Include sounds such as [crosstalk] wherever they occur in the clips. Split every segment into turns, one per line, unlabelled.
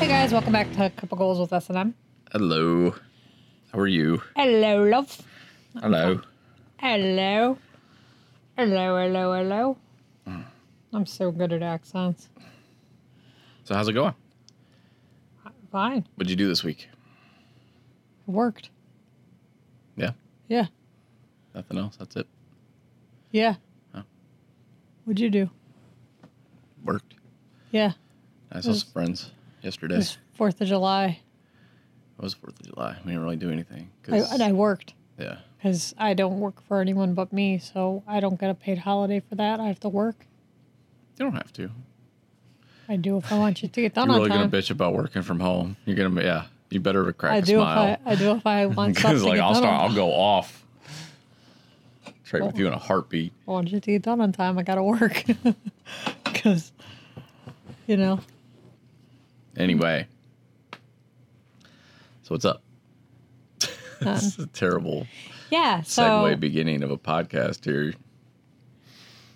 Hey guys, welcome back to Cup of Goals with S and M.
Hello. How are you?
Hello, love.
Hello.
Hello. Hello, hello, hello.
Hmm.
I'm so good at accents.
So how's it going?
Fine.
What'd you do this week?
It worked.
Yeah.
Yeah.
Nothing else. That's it.
Yeah.
Huh.
What'd you do?
Worked.
Yeah.
I saw
Was-
some friends yesterday.
It was Fourth of July.
It was Fourth of July. We didn't really do anything.
I,
'cause-
and I worked
yeah.
because I don't work for anyone but me, so I don't get a paid holiday for that. I have to work.
You don't have to. You're
I do if I want you to get done
really
on time.
gonna bitch about working from home. You're gonna yeah. You better crack
I
a
do if I,
smile.
I do if
[laughs]
I want stuff to
Because like
get
I'll
done
start
on
I'll go off. Trade with you in a heartbeat.
I want you to get done on time. I gotta work [laughs] because, you know,
Anyway. So what's up? [laughs] this is a terrible
yeah. So,
segue beginning of a podcast here.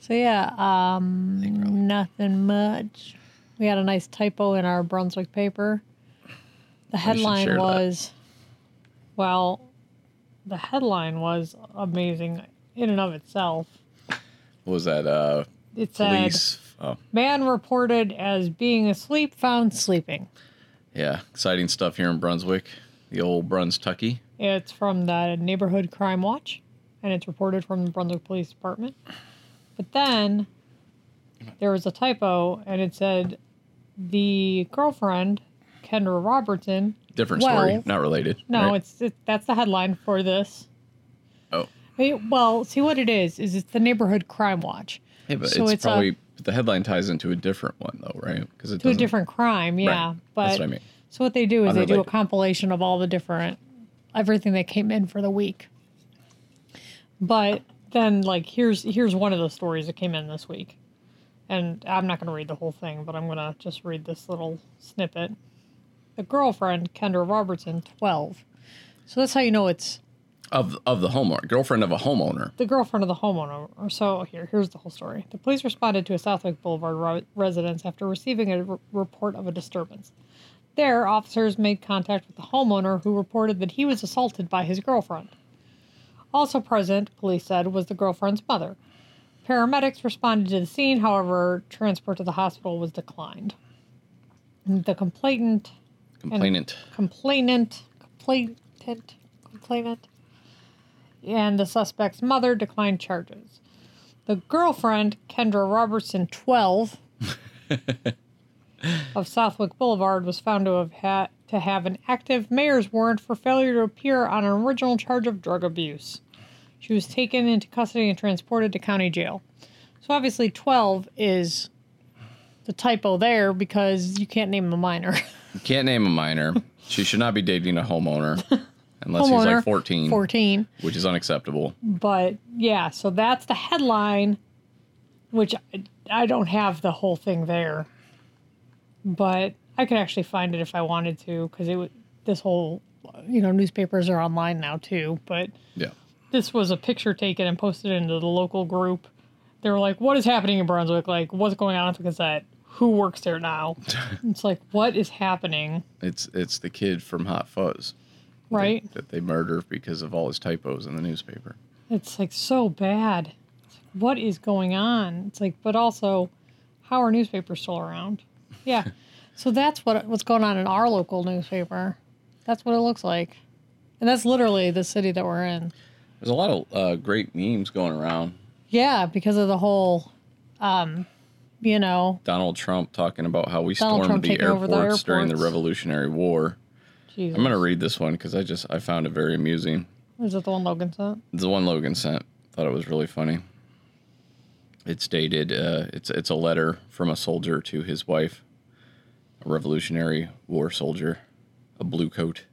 so yeah, um, nothing much. We had a nice typo in our Brunswick paper. The
Oh, should share
headline
that.
was, well, the headline was amazing in and of itself.
What was that uh
It said,
police. Oh,
"Man reported as being asleep found sleeping."
yeah, exciting stuff here in Brunswick, the old Brunstucky.
It's from the Neighborhood Crime Watch, and it's reported from the Brunswick Police Department. But then there was a typo, and it said the girlfriend, Kendra Robertson.
Different story,
Well-
not related.
No,
right?
it's it, that's the headline for this.
oh,
Hey, well, see what it is is it's the Neighborhood Crime Watch
hey, but
so
it's,
it's a-
probably but the headline ties into a different one though, right? Because it
to a
doesn't-
different crime, yeah.
Right,
But
that's what I mean.
so what they do is they do a
Unrelated.
compilation of all the different everything that came in for the week. But then like here's here's one of the stories that came in this week. And I'm not going to read the whole thing, but I'm going to just read this little snippet. The girlfriend, Kendra Robertson, 12. So that's how you know it's
of of the homeowner, girlfriend of a homeowner.
the girlfriend of the homeowner or so here here's the whole story the police responded to a southwick boulevard ro- residence after receiving a r- report of a disturbance there officers made contact with the homeowner who reported that he was assaulted by his girlfriend also present police said was the girlfriend's mother paramedics responded to the scene however transport to the hospital was declined the complainant
Complainant.
complainant, complainant, complainant, and the suspect's mother declined charges. The girlfriend, Kendra Robertson, 12, of Southwick Boulevard, was found to have had to have an active mayor's warrant for failure to appear on an original charge of drug abuse. She was taken into custody and transported to county jail. So obviously, 12 is the typo there because you can't name a minor. [laughs]
You can't name a minor. she should not be dating
[laughs]
a homeowner unless he's
Homeowner,
like 14,
14.
which is unacceptable.
but yeah, so that's the headline, which I- I don't have the whole thing there, but I could actually find it if I wanted to because it would this whole you know newspapers are online now too, but
Yeah.
this was a picture taken and posted into the local group. They were like, "What is happening in Brunswick? Like, what's going on at the Gazette? Who works there now?" it's like, "What is happening?"
It's it's the kid from Hot Fuzz
Right?
that they murder because of all his typos in the newspaper.
It's like so bad. It's like, what is going on? It's like, but also, how are newspapers still around? Yeah. so that's what what's going on in our local newspaper. That's what it looks like, and that's literally the city that we're in.
There's a lot of uh, great memes going around
Yeah, because of the whole, um, you know,
Donald Trump talking about how we
Donald Trump
stormed the
taking over
airports,
the
during the
airports.
Revolutionary War.
Jesus.
I'm going to read this one because I just I found it very amusing.
Is it the one Logan sent?
The one Logan sent thought it was really funny. It's dated. Uh, it's it's a letter from a soldier to his wife, a Revolutionary War soldier, a blue coat,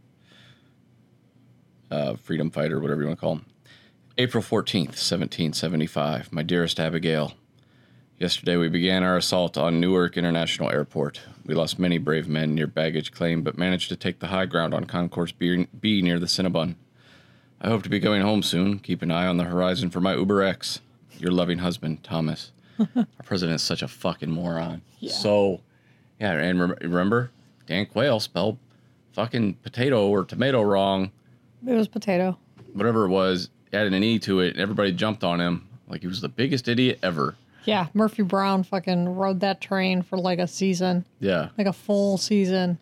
uh, freedom fighter, whatever you want to call him. April 14th, 1775. My dearest Abigail, yesterday we began our assault on Newark International Airport. We lost many brave men near baggage claim, but managed to take the high ground on Concourse B, B near the Cinnabon. I hope to be going home soon. Keep an eye on the horizon for my Uber X. Your loving
[laughs]
husband, Thomas. Our president's such a fucking moron. So, yeah, and rem- remember, Dan Quayle spelled fucking potato or tomato wrong,
It was potato.
whatever it was, added an E to it, and everybody jumped on him like he was the biggest idiot ever.
Yeah, Murphy Brown fucking rode that train for like a season,
Yeah.
like a full season.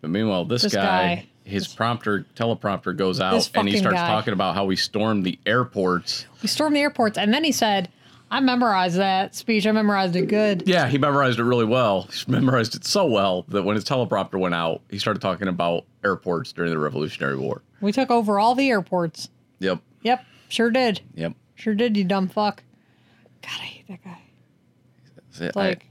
But meanwhile, this,
This
guy,
guy.
his prompter, teleprompter goes out
This
and he
fucking
starts
guy.
talking about how we stormed the airports.
We stormed the airports, and then he said, "I memorized that speech. I memorized it good."
Yeah, he memorized it really well. He memorized it so well that when his teleprompter went out, he started talking about airports during the Revolutionary War.
We took over all the airports.
Yep.
Yep, sure did.
Yep.
Sure did, you dumb fuck. God, I hate that guy.
See,
It's like,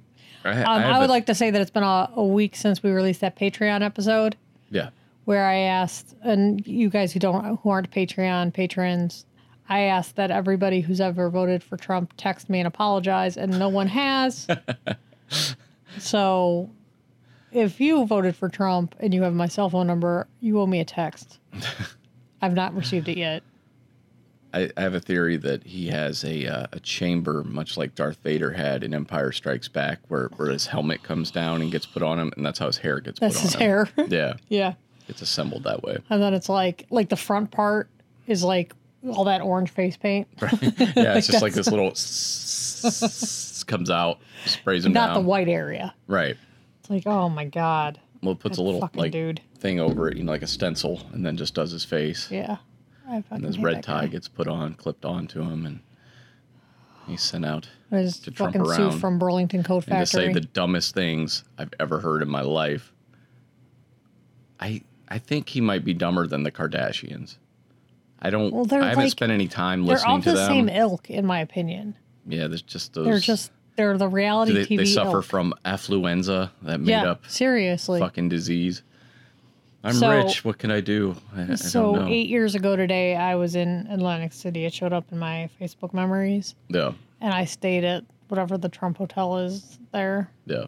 I, I,
um,
have
I, would
a-
like to say that it's been a, a week since we released that Patreon episode
Yeah.
where I asked, and you guys who don't, who aren't Patreon patrons, I asked that everybody who's ever voted for Trump text me and apologize, and no one
[laughs]
has. so, if you voted for Trump and you have my cell phone number, you owe me a
[laughs]
text. I've not received it yet.
I, I have a theory that he has a uh, a chamber much like Darth Vader had in Empire Strikes Back, where where his helmet comes down and gets put on him, and that's how his hair gets
That's
put
his
on him.
hair.
Yeah,
[laughs] yeah.
it's assembled
[laughs]
that way.
And then it's like like the front part is like all that orange face paint.
Yeah, it's just like this
[laughs]
little comes out, sprays him
Not the
down.
white area.
Right.
It's like, oh my god.
Well, it puts
That
a little
fucking
like
dude.
thing over it, you know, like a stencil, and then just does his face.
Yeah. I fucking
And his
hate
red
that
tie
guy.
gets put on, clipped onto him, and he's sent out
And his
to Trump
fucking
around
suit from Burlington Coat
and to say
Factory.
the dumbest things I've ever heard in my life. I I think he might be dumber than the Kardashians. I don't.
Well,
I
they're
haven't
like-
spent any time
they're
listening
all
to
the
them.
same ilk, in my opinion.
yeah, there's just those.
They're just they're the reality
they,
TV.
they suffer
ilk.
from affluenza, that made
E yeah,
up
seriously.
fucking disease. I'm
So-
rich. What can I do? I, I
so
don't know.
eight years ago today, I was in Atlantic City. It showed up in my Facebook memories,
Yeah,
and I stayed at whatever the Trump Hotel is there.
yeah.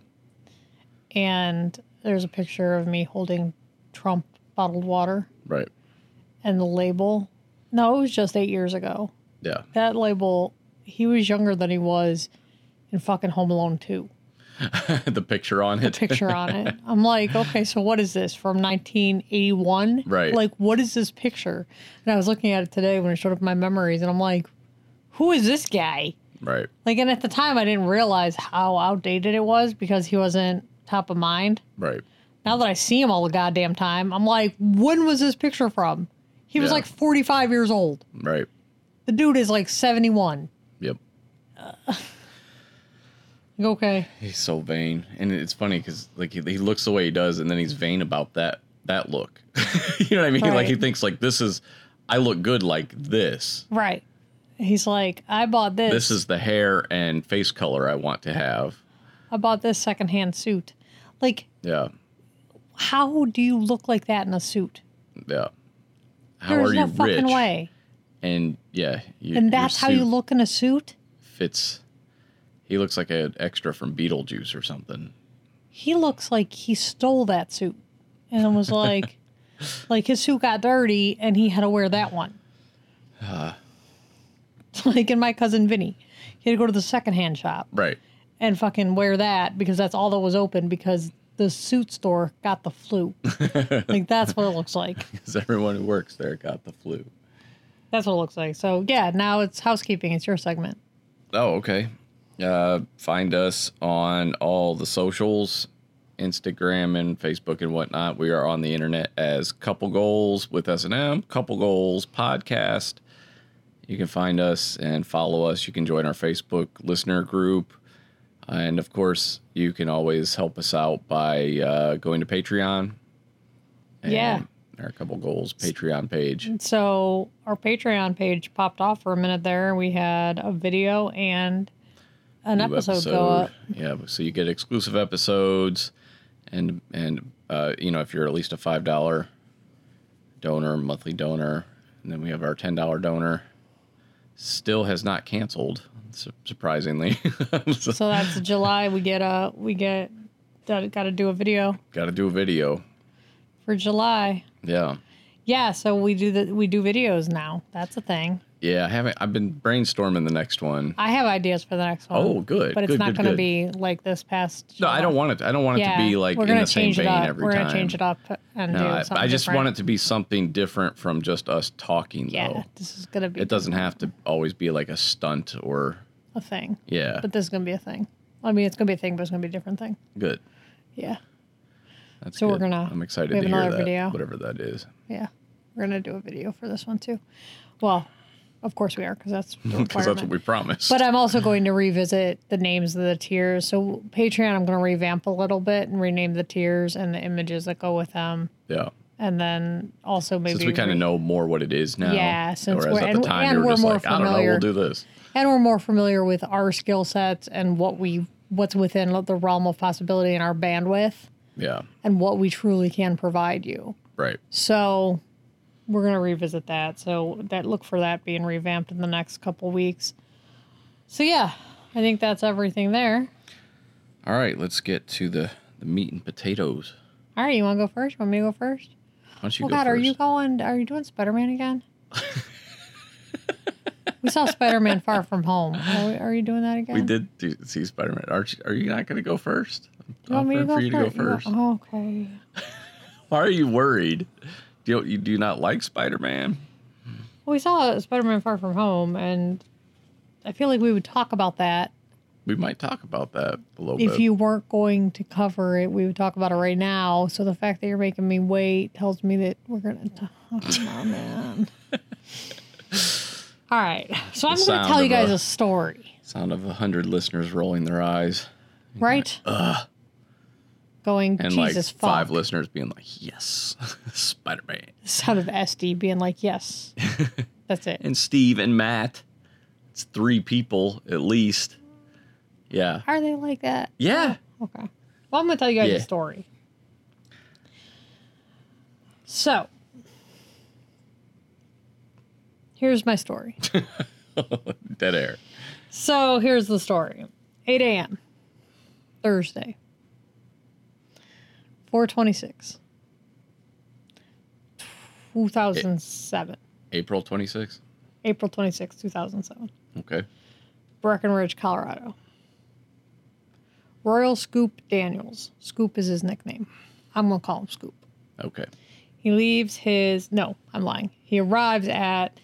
and there's a picture of me holding Trump bottled water
Right.
and the label. No, it was just eight years ago.
Yeah.
That label, he was younger than he was in fucking Home Alone 2.
[laughs] the picture on
The
it.
picture on
[laughs]
it. I'm like, okay, so what is this from 1981?
Right.
Like, what is this picture? And I was looking at it today when it showed up in my memories, and I'm like, who is this guy?
Right.
Like, and at the time, I didn't realize how outdated it was because he wasn't top of mind.
Right.
now that I see him all the goddamn time, I'm like, when was this picture from? He was
Yeah.
like 45 years old.
Right.
The dude is like 71.
Yep.
Like, okay.
He's so vain, and it's funny because like he, he looks the way he does, and then he's vain about that that look. [laughs] you know what I mean? Like he
Right.
thinks like this is I look good like this.
Right. He's like, I bought this.
This is the hair and face color I want to have.
I bought this secondhand suit. Like,
Yeah,
how do you look like that in a suit?
yeah. How
There's
are
no
you
fucking
rich?
way.
And yeah, you,
And that's how you
suit
look in a suit?
Fits. He looks like an extra from Beetlejuice or something.
He looks like he stole that suit and it was
[laughs]
like, like his suit got dirty and he had to wear that one. like in my cousin Vinny, he had to go to the secondhand shop.
Right. [laughs]
and fucking wear that because that's all that was open because the suit store got the
[laughs]
flu. like that's what it looks like.
Because everyone who works there got the flu.
That's what it looks like. So yeah, now it's housekeeping. It's your segment.
Oh, okay. Uh, find us on all the socials, Instagram and Facebook and whatnot. We are on the internet as Couple Goals with S and M, Couple Goals Podcast. You can find us and follow us. You can join our Facebook listener group. And of course, you can always help us out by uh, going to Patreon.
Yeah.
Our Couple Goals Patreon page.
So our Patreon page popped off for a minute there. We had a video and an
new
episode, go up.
Yeah, so you get exclusive episodes, and and uh, you know if you're at least a five dollar donor, monthly donor, and then we have our ten dollar donor. Still has not canceled, su- surprisingly. [laughs]
So that's July. We get a we get got to do a video
Got to do a video.
for July.
Yeah,
Yeah, so we do the we do videos now. That's a thing.
Yeah, I haven't. I've been brainstorming the next one.
I have ideas for the next one.
Oh, good,
But it's
good,
not
good,
going to
good.
be like this past.
No, I don't want it. I don't want it to be like in the same
change
vein
it up.
every
We're
time.
gonna change it up and
No,
do
I,
something.
I just
different.
want it to be something different from just us talking.
Yeah,
though.
this is gonna be
it doesn't have to always be like a stunt or
a thing,
yeah.
but this is gonna be a thing. I mean, it's gonna be a thing, but it's gonna be a different thing.
good.
Yeah,
That's
So we're
good.
gonna-
I'm excited
we have
to hear
another
that.
video.
Whatever that is.
yeah. We're gonna do a video for this one too. Well, of course we are because
[laughs]
that's the
Because that's
requirement.
what we promised.
But uh, I'm also going to revisit the names of the tiers. So Patreon, I'm going to revamp a little bit and rename the tiers and the images that go with them,
yeah.
and then also maybe
Since we kind of
re-
know more what it is now.
Yeah, since
whereas
we're-
at the
and-
time
and
we were
we're
just
more
like, I don't know,
familiar.
we'll do this.
and we're more familiar with our skill sets and what we what's within the realm of possibility in our bandwidth
Yeah.
and what we truly can provide you.
Right.
So we're going to revisit that. So that look for that being revamped in the next couple weeks. So yeah, I think that's everything there.
All right. Let's get to the, the meat and potatoes.
All right, you want to go first? You want me to go first?
Why don't you
Oh
go
God,
first?
are you going? Are you doing Spider Man
[laughs]
again? we saw Spider Man Far From Home. Are, we, are you doing that again?
we did do, see Spider Man. Are, you- are you not going to go first?
You want me to
Offering
go
for you to go
first? You
first.
want- oh, okay.
Why are you worried? Do you, you do not like Spider Man?
Well, we saw Spider Man Far From Home, and I feel like we would talk about that
We might talk about that a little
if
bit.
you weren't going to cover it. We would talk about it right now. So the fact that you're making me wait tells me that we're gonna talk. Oh, man. [laughs] All right, so I'm going
sound
to tell
of
you guys
a-
a story,
Sound of a hundred listeners rolling their eyes
right? Going
and
Jesus
like
fuck.
five listeners being like, "Yes, [laughs] Spider Man."
[laughs] sound of SD being like, [laughs] yes, that's it.
And Steve and Matt, it's three people at least. Yeah,
Are they like that?
yeah. [laughs]
Okay. Well, I'm going to tell you guys
Yeah.
a story. So, here's my story.
Dead air.
So, here's the story 8 a.m., Thursday, 426, 2007,
April twenty sixth.
April 26, 2007.
Okay.
Breckenridge, Colorado. Royal Scoop Daniels. Scoop is his nickname. I'm going to call him Scoop.
Okay.
He leaves his, no, I'm lying. He arrives at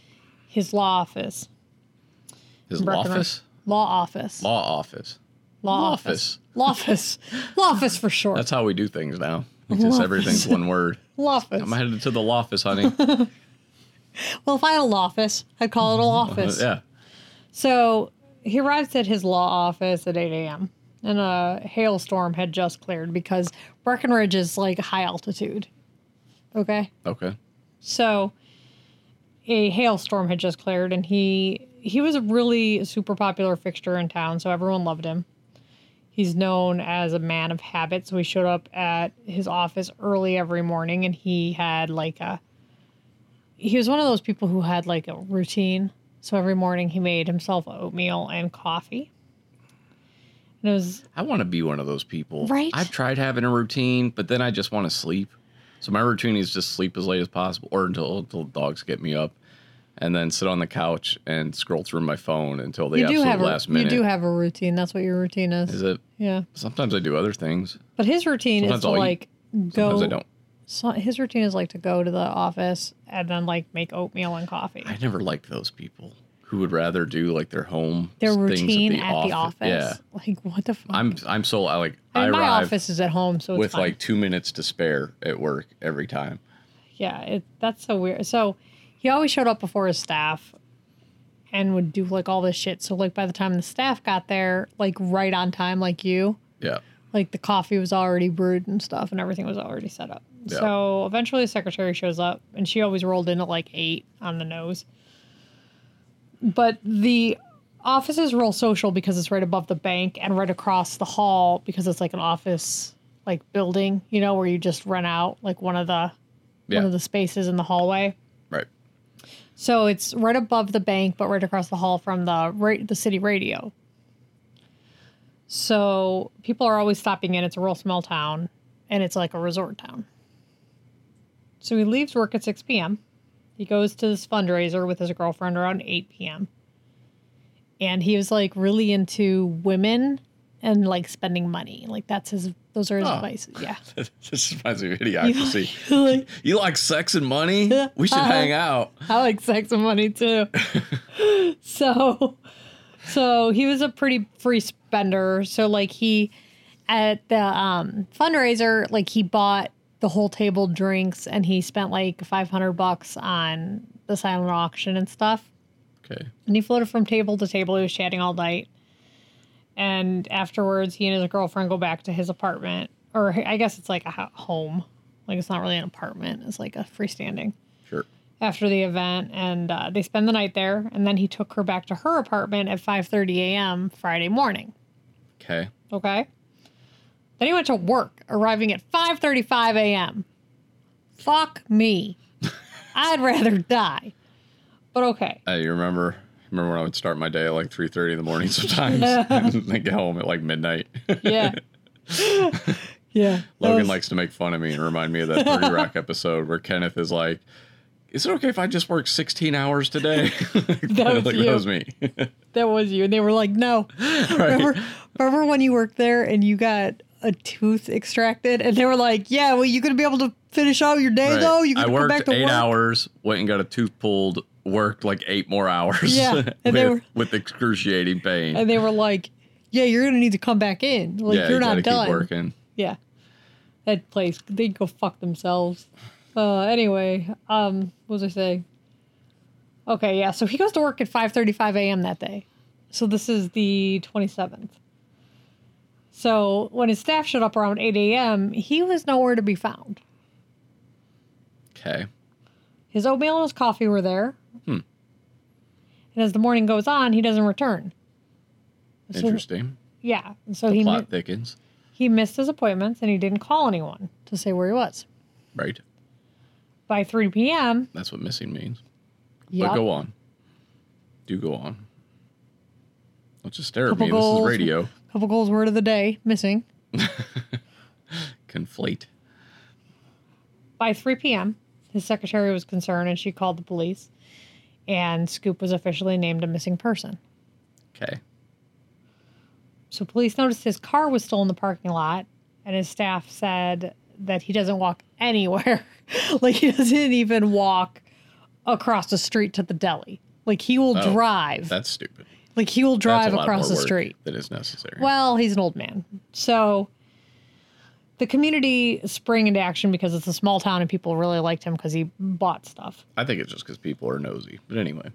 his law office.
His law
Breckenridge-
office.
Law office.
Law office.
law
office.
Law office. law office for short.
That's how we do things now. It's just
Law
everything's one word.
law office.
I'm headed to the law office, honey.
well, if I had a law office, I'd call it a law office.
yeah.
So he arrives at his law office at 8 a.m. and a hailstorm had just cleared because Breckenridge is like high altitude. Okay.
Okay.
So a hailstorm had just cleared and he he was a really super popular fixture in town, so everyone loved him. He's known as a man of habit, so he showed up at his office early every morning and he had like a he was one of those people who had like a routine. So every morning he made himself oatmeal and coffee. And it was
I want to be one of those people.
Right?
I've tried having a routine, but then I just want to sleep. So my routine is just sleep as late as possible, or until until dogs get me up, and then sit on the couch and scroll through my phone until the
you do
absolute
have
last
a,
minute.
you do have a routine. That's what your routine is.
is it?
Yeah.
Sometimes I do other things.
But his routine
Sometimes
is to
I'll eat.
like go
Sometimes I don't.
so his routine is like to go to the office and then like make oatmeal and coffee.
I never liked those people who would rather do like their home
Their
things
routine at the, office.
Yeah,
Like what the fuck?
I'm I'm so I like
I
I,
mean, my
arrive
office is at home, so it's
with
fine.
like two minutes to spare at work every time.
yeah, it, that's so weird. So he always showed up before his staff and would do like all this shit. So like by the time the staff got there, like right on time, like you,
Yeah,
like the coffee was already brewed and stuff and everything was already set up.
Yeah.
So eventually the secretary shows up and she always rolled in at like eight on the nose. But the office is real social because it's right above the bank and right across the hall because it's like an office like building, you know, where you just rent out like one of the
yeah,
one of the spaces in the hallway.
right. [laughs]
So it's right above the bank, but right across the hall from the ra- the city radio. So people are always stopping in. It's a real small town, and it's like a resort town. So he leaves work at six p.m. He goes to this fundraiser with his girlfriend around 8 p.m. And he was like really into women and like spending money. Like that's his, those are his
Oh.
advices. Yeah.
this reminds me of
You
idiocracy.
like- you [laughs] like,
You like sex and money?
Yeah.
We should
Uh-huh.
hang out.
[laughs] I like sex and money too. so, so he was a pretty free spender. So like he, at the um, fundraiser, like he bought the whole table drinks and he spent like 500 bucks on the silent auction and stuff.
Okay.
And he floated from table to table. He was chatting all night. And afterwards, he and his girlfriend go back to his apartment, or I guess it's like a ho- home. Like it's not really an apartment. It's like a freestanding
Sure.
after the event and uh, they spend the night there and then he took her back to her apartment at 5.30 a.m friday morning
Okay.
okay then he went to work arriving at 5.35 a.m fuck me i'd rather die but okay
I remember remember when I would start my day at like three thirty in the
[laughs]
morning sometimes [laughs] and then get home at like midnight.
yeah yeah that
Logan
was-
likes to make fun of me and remind me of that 30
[laughs]
Rock episode where Kenneth is like, Is it okay if I just work 16
[laughs]
hours today? [laughs] that,
was
like,
you.
that was me. [laughs]
that was you and they were like no
right.
remember, remember when you worked there and you got a tooth extracted and they were like yeah well you're gonna be able to finish out your day
Right.
though you can
I
come
worked
back to
eight
work
hours, went and got a tooth pulled, worked like eight more hours
Yeah,
[laughs] with,
and they were-
with excruciating pain.
and they were like, "Yeah, you're gonna need to come back in. Like
yeah,
you're
you
not
gotta
done."
keep working.
Yeah, that place they go fuck themselves. Uh, anyway, um, what was I saying? Okay, yeah. So he goes to work at 5:35 a.m. that day. So this is the 27th. So when his staff showed up around 8 a.m., he was nowhere to be found.
Okay.
His oatmeal and his coffee were there.
Hmm.
And as the morning goes on, he doesn't return. So-
Interesting.
yeah. And so
The
he
plot thickens.
He missed his appointments and he didn't call anyone to say where he was.
Right.
By 3 p.m.,
That's what missing means.
yep,
But go on. Do go on. Don't just stare at
Couple
me. This
goals.
is radio.
couple goals word of the day missing.
Conflate.
By 3 p.m., his secretary was concerned and she called the police, and Scoop was officially named a missing person.
Okay.
So police noticed his car was still in the parking lot, and his staff said that he doesn't walk anywhere. [laughs] like he doesn't even walk across the street to the deli. Like he will
Oh,
drive.
That's stupid.
Like he will drive
That's a lot
across
more
the
work
street.
Than is necessary.
Well, he's an old man. So the community sprang into action because it's a small town and people really liked him because he bought stuff.
I think it's just because people are nosy. But anyway.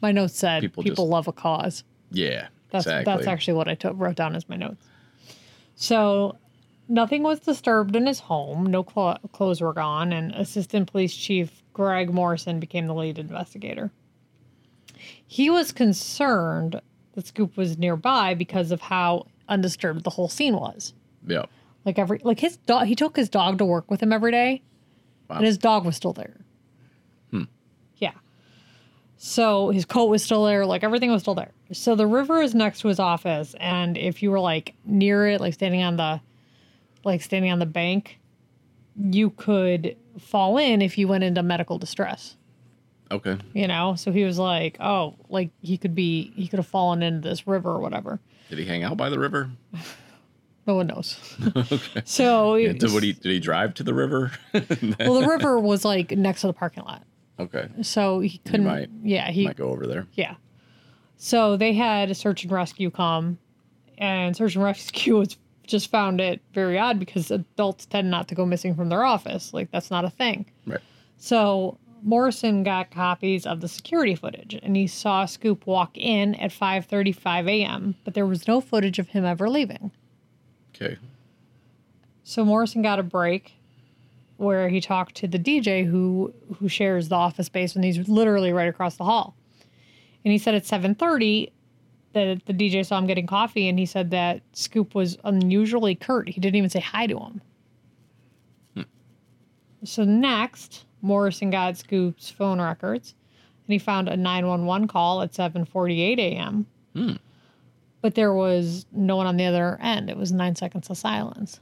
My notes said people,
People just-
love a cause.
Yeah.
That's
exactly.
that's actually what I took, wrote down as my notes. So nothing was disturbed in his home. No clo- clothes were gone, and Assistant Police Chief Greg Morrison became the lead investigator. He was concerned that Scoop was nearby because of how undisturbed the whole scene was.
Yeah.
Like every like his dog, he took his dog to work with him every day,
Wow. Hmm.
and his dog was still there. Yeah. So his coat was still there, like everything was still there. So the river is next to his office, and if you were like near it, like standing on the, like standing on the bank, you could fall in if you went into medical distress.
Okay.
You know, so he was like, oh, like he could be, he could have fallen into this river or whatever.
Did he hang out by the river?
No one
[laughs]
knows. So
Yeah, Did, what he, did he drive to the river? [laughs]
well, the river was like next to the parking lot.
okay.
So he couldn't.
might-
yeah, he.
Might go over there.
Yeah. So they had search and rescue come, and search and rescue [laughs] was just found it very odd because adults tend not to go missing from their office. Like that's not a thing.
Right.
So Morrison got copies of the security footage, and he saw Scoop walk in at 5:35 a.m. But there was no footage of him ever leaving.
Okay.
So Morrison got a break where he talked to the DJ who who shares the office space and he's literally right across the hall. And he said at 7:30 that the DJ saw him getting coffee and he said that Scoop was unusually curt. He didn't even say hi to him. So next, Morrison got Scoop's phone records and he found a 911 call at 7:48 a.m.
Hmm.
But there was no one on the other end. It was 9 seconds of silence.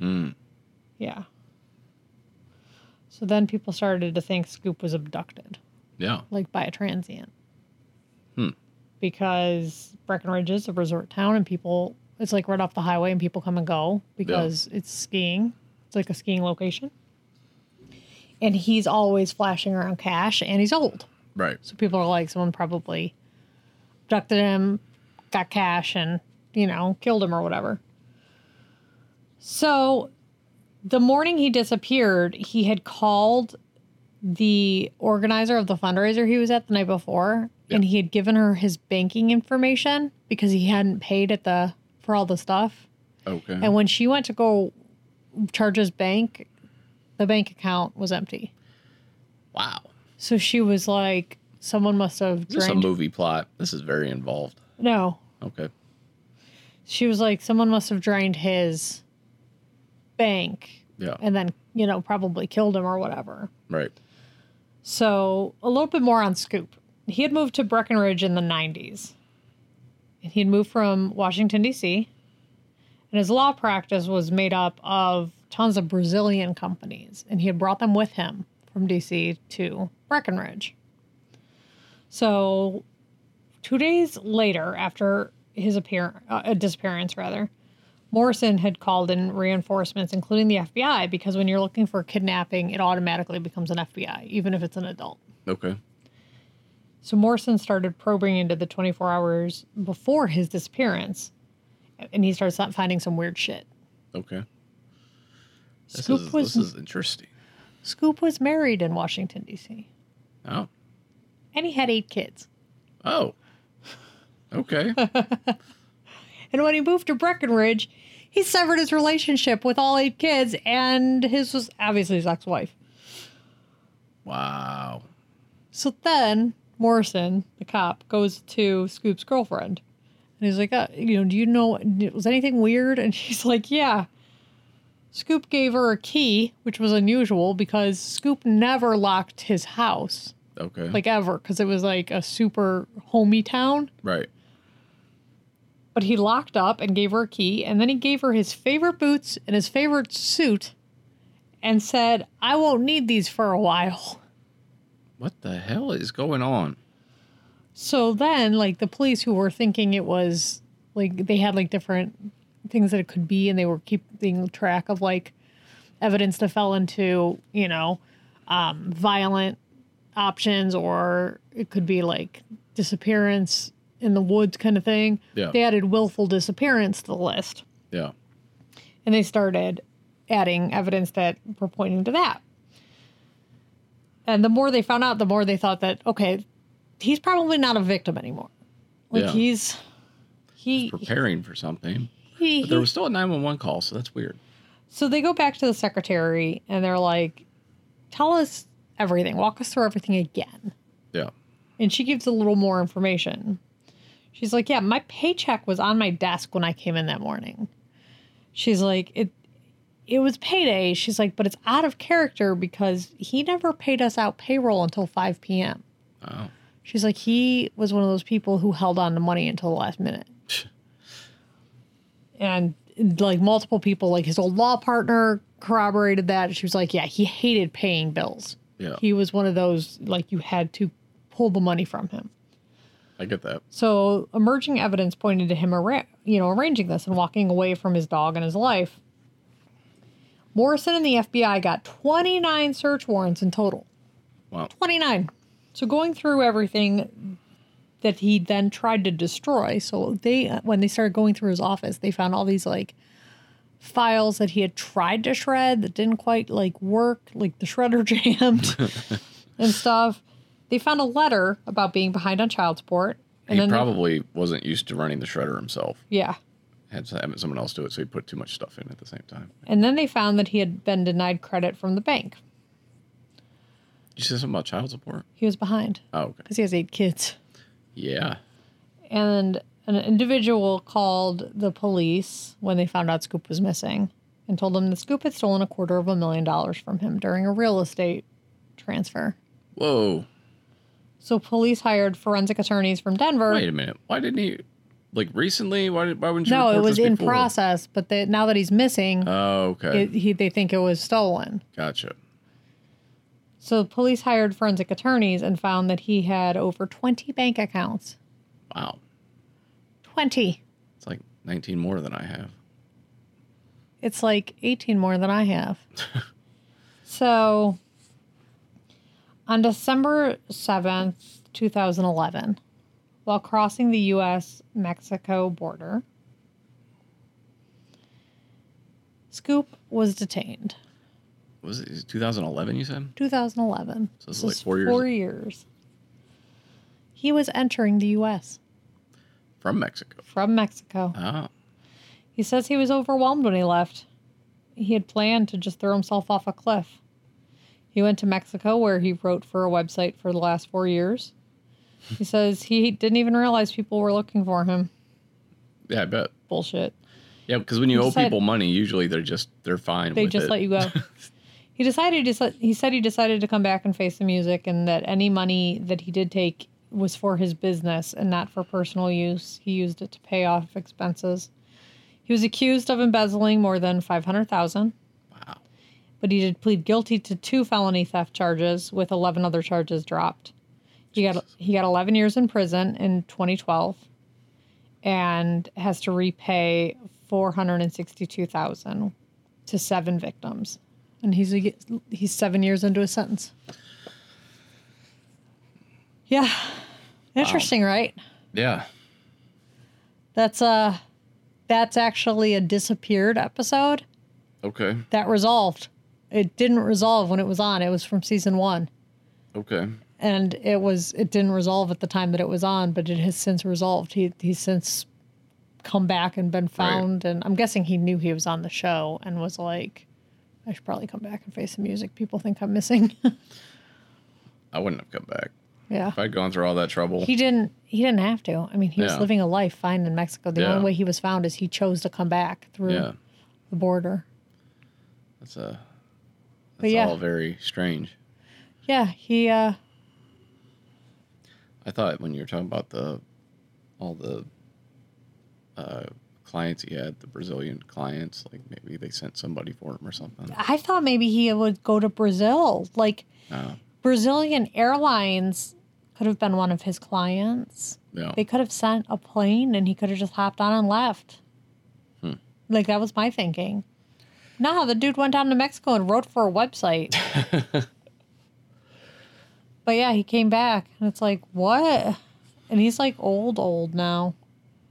Hmm.
Yeah. So then people started to think Scoop was abducted,
Yeah.
like by a transient.
Hmm.
Because Breckenridge is a resort town and people, it's like right off the highway and people come and go because it's skiing. It's like a skiing location. And he's always flashing around cash and he's old.
Right.
So people are like, someone probably abducted him, got cash, and, you know, killed him or whatever. So the morning he disappeared, he had called the organizer of the fundraiser he was at the night before,
Yeah.
and he had given her his banking information because he hadn't paid at the for all the stuff.
Okay.
And when she went to go charge his bank, the bank account was empty.
wow.
So she was like, someone must have
Is this a
drained
movie plot? This is very involved.
No.
Okay.
She was like, someone must have drained his bank
Yeah.
and then, you know, probably killed him or whatever.
Right.
So, a little bit more on Scoop. He had moved to Breckenridge in the 90s. And he had moved from Washington, D.C. And his law practice was made up of tons of Brazilian companies. And he had brought them with him from D.C. to Breckenridge. So, two days later, after his appear- uh, disappearance, rather, Morrison had called in reinforcements, including the FBI, because when you're looking for kidnapping, it automatically becomes an FBI, even if it's an adult.
Okay.
So Morrison started probing into the 24 hours before his disappearance, and he starts not finding some weird shit.
Okay. This
Scoop
is
was
this is interesting.
Scoop was married in Washington D.C.
Oh.
and he had eight kids.
Oh.
[laughs]
Okay.
And when he moved to Breckenridge, he severed his relationship with all eight kids, and his was obviously his ex-wife.
wow.
So then Morrison, the cop, goes to Scoop's girlfriend, and he's like, uh, "You know, do you know was anything weird?" And [laughs] she's like, "Yeah." Scoop gave her a key, which was unusual because Scoop never locked his house,
Okay.
like ever, because it was like a super homey town.
right.
But he locked up and gave her a key, and then he gave her his favorite boots and his favorite suit, and said, "I won't need these for a while." [laughs]
What the hell is going on?
So then, like the police who were thinking it was like they had like different things that it could be, and they were keeping track of like evidence that fell into you know um, violent options, or it could be like disappearance in the woods kind of thing.
Yeah.
They added willful disappearance to the list
Yeah.
and they started adding evidence that were pointing to that. And the more they found out, the more they thought that okay, he's probably not a victim anymore. Like
Yeah.
he's he
Preparing for something.
he,
But there was still a 911 call, so that's weird.
so they go back to the secretary and they're like, "Tell us everything. Walk us through everything again."
Yeah.
And she gives a little more information. She's like, Yeah, my paycheck was on my desk when I came in that morning. She's like, It it was payday. She's like, but it's out of character because he never paid us out payroll until five PM.
Oh.
She's like, he was one of those people who held on to money until the last minute. and like multiple people, like his old law partner corroborated that. She was like, yeah, he hated paying bills.
Yeah.
He was one of those, like, you had to pull the money from him.
I get that.
So emerging evidence pointed to him, arra- you know, arranging this and walking away from his dog and his life. Morrison and the FBI got 29 search warrants in total.
Wow.
29. So going through everything that he then tried to destroy. So they, uh, when they started going through his office, they found all these like files that he had tried to shred that didn't quite like work, like the shredder [laughs] jammed and stuff. They found a letter about being behind on child support. And
he
they-
probably wasn't used to running the shredder himself.
yeah.
Had to- having someone else do it, so he put too much stuff in at the same time.
And then they found that he had been denied credit from the bank.
You said something about child support?
He was behind
Oh, okay.
because he has eight kids.
Yeah.
And an individual called the police when they found out Scoop was missing and told them that Scoop had stolen a quarter of a million dollars from him during a real estate transfer.
Whoa.
So police hired forensic attorneys from Denver.
Wait a minute. Why didn't he, like recently? Why, did, why wouldn't you
no, it
report
was
this
in
before?
process, but they, now that he's missing,
Oh, okay.
it, he, they think it was stolen.
gotcha.
So police hired forensic attorneys and found that he had over 20 bank accounts.
Wow.
20.
It's like 19 more than I have.
It's like 18 more than I
[laughs]
have. so on December 7th, 2011, while crossing the US Mexico border, Scoop was detained.
Was it 2011 you said?
2011.
So this is
This
like
is
four years-
Four years. He was entering the U.S.
From Mexico.
from Mexico.
Ah.
He says he was overwhelmed when he left. He had planned to just throw himself off a cliff. He went to Mexico where he wrote for a website for the last four years. He says he didn't even realize people were looking for him.
Yeah, I bet.
Bullshit.
Yeah, because when you owe
decide-
people money, usually they're just they're fine.
They
with
just
it.
let you
[laughs]
go. he decided to, he said he decided to come back and face the music and that any money that he did take was for his business and not for personal use. He used it to pay off expenses. He was accused of embezzling more than 500,000.
Wow.
but he did plead guilty to two felony theft charges with 11 other charges dropped. He got he got 11 years in prison in 2012 and has to repay 462,000 to seven victims. And he's a, he's 7 years into his sentence. Yeah. Interesting, right?
Yeah.
That's uh that's actually a disappeared episode
Okay.
that resolved. It didn't resolve when it was on. It was from season one,
Okay.
and it was it didn't resolve at the time that it was on, but it has since resolved. He he's since come back and been found, and I'm guessing he knew he was on the show and was like, I should probably come back and face the music. People think I'm missing. [laughs]
I wouldn't have come back
yeah,
if I'd gone through all that trouble.
he didn't. He didn't have to. I mean, he was
Yeah.
living a life fine in Mexico. The
Yeah.
only way he was found is he chose to come back through
yeah.
the border.
That's a.
But
That's
yeah.
all very strange.
Yeah, he. uh
I thought when you were talking about the, all the. Uh, clients he had, the Brazilian clients, like maybe they sent somebody for him or something.
I thought maybe he would go to Brazil, like.
No.
Brazilian Airlines could have been one of his clients.
No. [laughs]
They could have sent a plane and he could have just hopped on and left.
Hmm.
Like that was my thinking. No, the dude went down to Mexico and wrote for a website. but yeah, he came back and it's like, what? And he's like old, old now.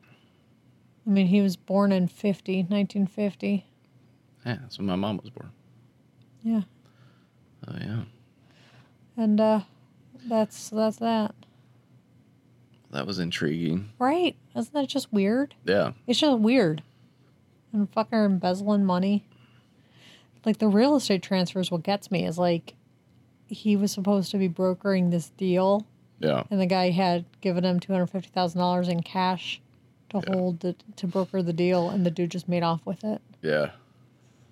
I mean, he was born in 50, 1950.
Yeah, that's when my mom was born.
Yeah.
Oh yeah.
And uh that's that's that.
That was intriguing.
Right? Isn't that just weird?
Yeah.
It's just weird. And fucker embezzling money. Like the real estate transfers what gets me is like he was supposed to be brokering this deal
Yeah.
and the guy had given him two hundred fifty thousand dollars in cash to
Yeah.
hold the, to broker the deal and the dude just made off with it.
Yeah.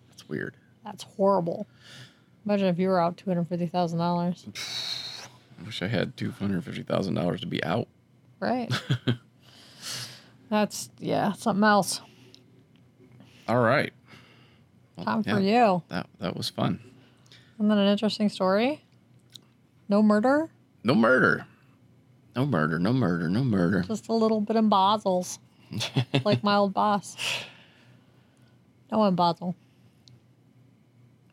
That's weird.
That's horrible. Imagine if you were out two hundred fifty thousand dollars.
I wish I had two hundred fifty thousand dollars to be out.
Right. [laughs] That's yeah, something else.
All right. Well,
Time for
yeah,
you.
That that was fun.
And then an interesting story. No murder,
No murder. No murder. No murder. No murder.
just a little bit of
[laughs]
bozzles, like my old boss. No one bozzle.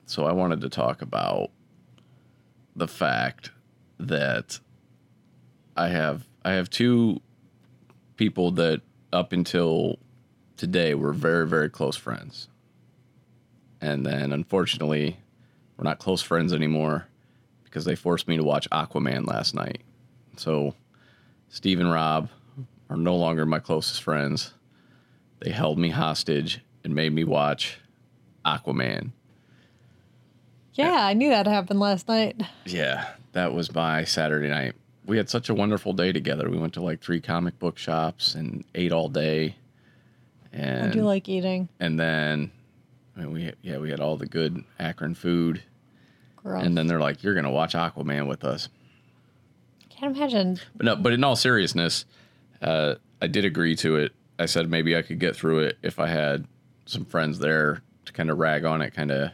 So I wanted to talk about the fact that I have I have two people that up until today were very very close friends. And then unfortunately, we're not close friends anymore because they forced me to watch Aquaman last night. So Steve and Rob are no longer my closest friends. They held me hostage and made me watch Aquaman.
Yeah, I knew that happened last night.
Yeah, that was my Saturday night. We had such a wonderful day together. We went to like three comic book shops and ate all day. And
I do like eating.
and then I mean, we yeah, we had all the good Akron food.
Gross.
And then they're like, "You're going to watch Aquaman with us."
Can't imagine.
But no, but in all seriousness, uh, I did agree to it. I said maybe I could get through it if I had some friends there to kind of rag on it, kind of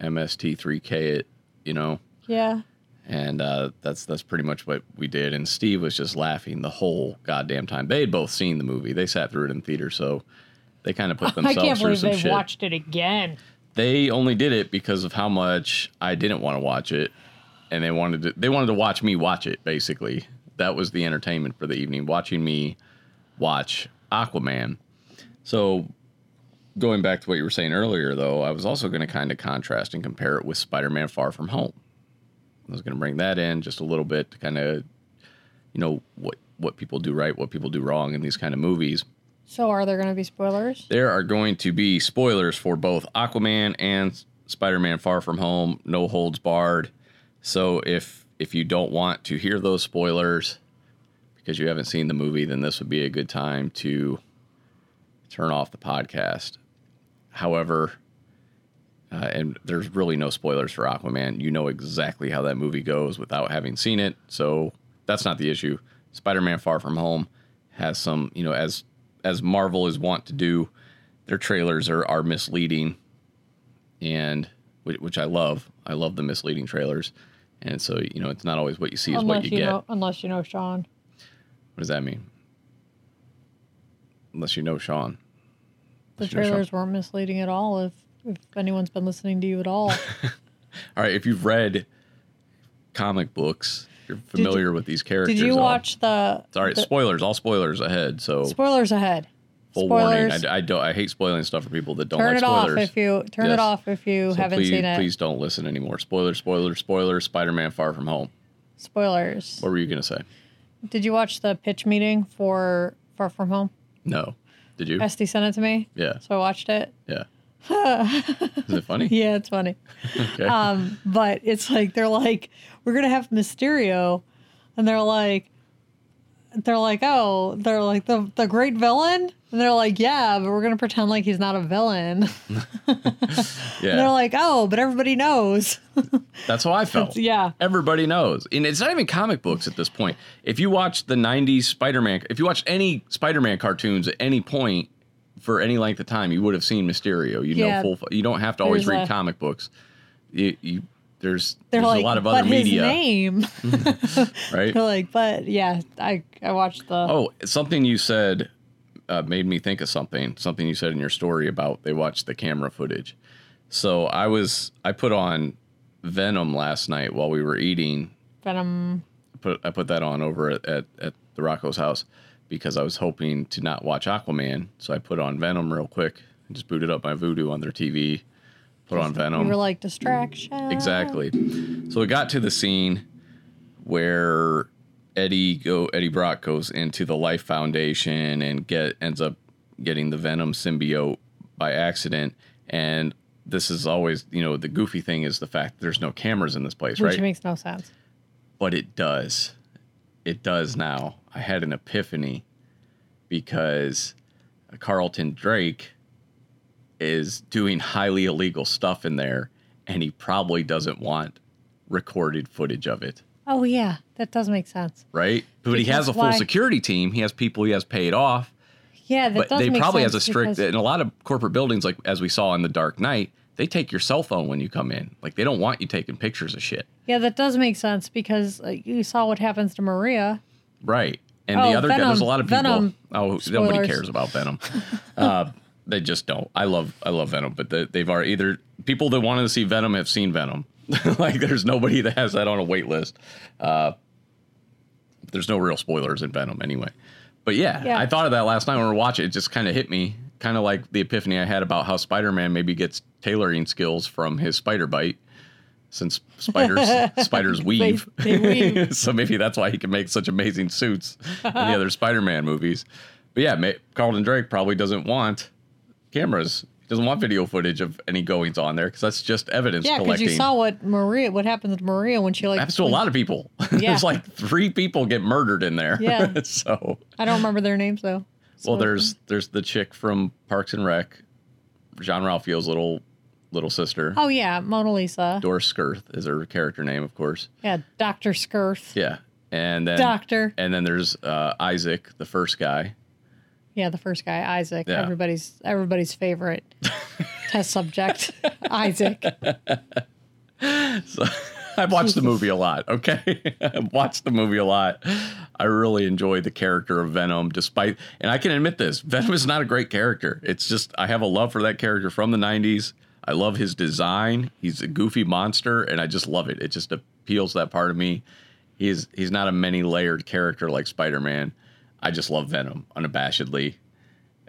MST3K it, you know.
Yeah.
and uh, that's that's pretty much what we did. And Steve was just laughing the whole goddamn time. They had both seen the movie. They sat through it in theater, so they kind of put
[laughs] I
themselves
can't
through
believe
some
they've
shit.
watched it again.
they only did it because of how much I didn't want to watch it, and they wanted to, they wanted to watch me watch it. Basically, that was the entertainment for the evening, watching me watch Aquaman. So, going back to what you were saying earlier, though, I was also going to kind of contrast and compare it with Spider-Man: Far From Home. I was going to bring that in just a little bit to kind of, you know, what what people do right, what people do wrong in these kind of movies.
So are there going to be spoilers?
There are going to be spoilers for both Aquaman and Spider-Man: Far From Home, no holds barred. So if if you don't want to hear those spoilers because you haven't seen the movie, then this would be a good time to turn off the podcast. However, uh, and there's really no spoilers for Aquaman. You know exactly how that movie goes without having seen it, so that's not the issue. Spider-Man: Far From Home has some, you know, as as Marvel is wont to do, their trailers are are misleading, and which, which I love. I love the misleading trailers, and so you know it's not always what you see is
unless
what you, get.
know, unless you know Sean.
What does that mean? Unless you know Sean.
The
Unless you know Sean.
trailers weren't misleading at all. If if anyone's been listening to you at
[laughs]
all,
All right, if you've read comic books, you're familiar with these characters.
did you
all-
watch the?
Sorry,
the-
spoilers. All spoilers ahead. So
spoilers ahead.
full warning.
spoilers.
I, I don't. I hate spoiling stuff for people that don't
turn
like
it
spoilers.
off if you turn
Yes.
it off if you
So
haven't
please,
seen it.
please don't listen anymore. Spoiler, spoiler, spoiler. Spider-Man: Far From Home.
Spoilers.
What were you gonna say?
Did you watch the pitch meeting for Far From Home?
No. Did you?
Esty sent it to me,
Yeah.
so I watched it. [laughs]
Yeah. Is it funny?
Yeah, it's funny.
Okay.
Um, but it's like they're like, we're gonna have Mysterio, and they're like, they're like, oh, they're like the the great villain, and they're like, yeah, but we're gonna pretend like he's not a villain. [laughs] And they're
yeah. Oh.
like, oh, but everybody knows. [laughs]
That's how I felt.
yeah,
Everybody knows. And it's not even comic books at this point. If you watch the 90s Spider Man, if you watch any Spider Man cartoons at any point for any length of time, you would have seen Mysterio. You
Yeah.
know, full, you don't have to always
There's
read
a-
comic books. You, you, there's
they're
there's
like,
a lot of
but
other media,
his
[laughs]
name. [laughs]
right?
they're like, but yeah, I I watched the.
Oh, something you said uh, made me think of something. Something you said in your story about they watched the camera footage. So I was I put on Venom last night while we were eating
Venom.
put I put that on over at, at, at the Rocco's house because I was hoping to not watch Aquaman. So I put on Venom real quick and just booted up my voodoo on their TV, put on Venom.
You were like distraction.
Um, Exactly. So we got to the scene where Eddie go Eddie Brock goes into the Life Foundation and get ends up getting the Venom symbiote by accident. And this is always, you know, the goofy thing is the fact that there's no cameras in this place,
Which
right?
makes no sense.
but it does. It does now. I had an epiphany because Carlton Drake is doing highly illegal stuff in there and he probably doesn't want recorded footage of it,
Oh yeah, that does make sense.
right? But he
Because
has a full
why-
security team. He has people he has paid off,
Yeah, that
but
does
they
make
probably
sense
has a strict uh,
because-
in a lot of corporate buildings like as we saw in The Dark Knight, they take your cell phone when you come in. Like they don't want you taking pictures of shit.
Yeah, that does make sense because uh, you saw what happens to Maria.
Right. And
Oh,
the other guy, there's a
Venom-
lot of people.
Venom.
Oh,
Spoilers.
nobody cares
[laughs]
about Venom. uh, they just don't. I love, I love Venom, but they, they've already either people that wanted to see Venom have seen Venom. [laughs] like, there's nobody that has that on a wait list. Uh, there's no real spoilers in Venom anyway. But yeah,
Yeah.
I thought of that last night when we were watching. It just kind of hit me, kind of like the epiphany I had about how Spider-Man maybe gets tailoring skills from his spider bite, since
[laughs]
spiders spiders weave.
they weave.
[laughs] so maybe that's why he can make such amazing suits in
[laughs]
the other Spider-Man movies. But yeah, ma- Carlton Drake probably doesn't want cameras. He doesn't want video footage of any goings on there because that's just evidence
Yeah, because
collecting.
you saw what Maria, what happens to Maria when she like.
happens to a lot of people. [laughs]
Yeah.
there's like three people get murdered in there.
Yeah.
[laughs] so
I don't remember their names though. So-
well, there's there's the chick from Parks and Rec, John Ralphio's little little sister.
Oh yeah, Mona Lisa.
Doris Skirth is her character name, of course.
yeah, Doctor Skirth.
Yeah, and then
Doctor.
and then there's uh, Isaac, the first guy.
Yeah, the first guy, Isaac.
Yeah.
Everybody's everybody's
[laughs]
favorite test subject, Isaac.
So [laughs] I've watched the
Jesus.
movie a lot. Okay, [laughs] I've watched the movie a lot. I really enjoyed the character of Venom, despite, and I can admit this: [laughs] Venom is not a great character. It's just I have a love for that character from the '90s. I love his design. He's a goofy monster, and I just love it. It just appeals to that part of me. He's he's not a many layered character like Spider-Man. I just love Venom unabashedly.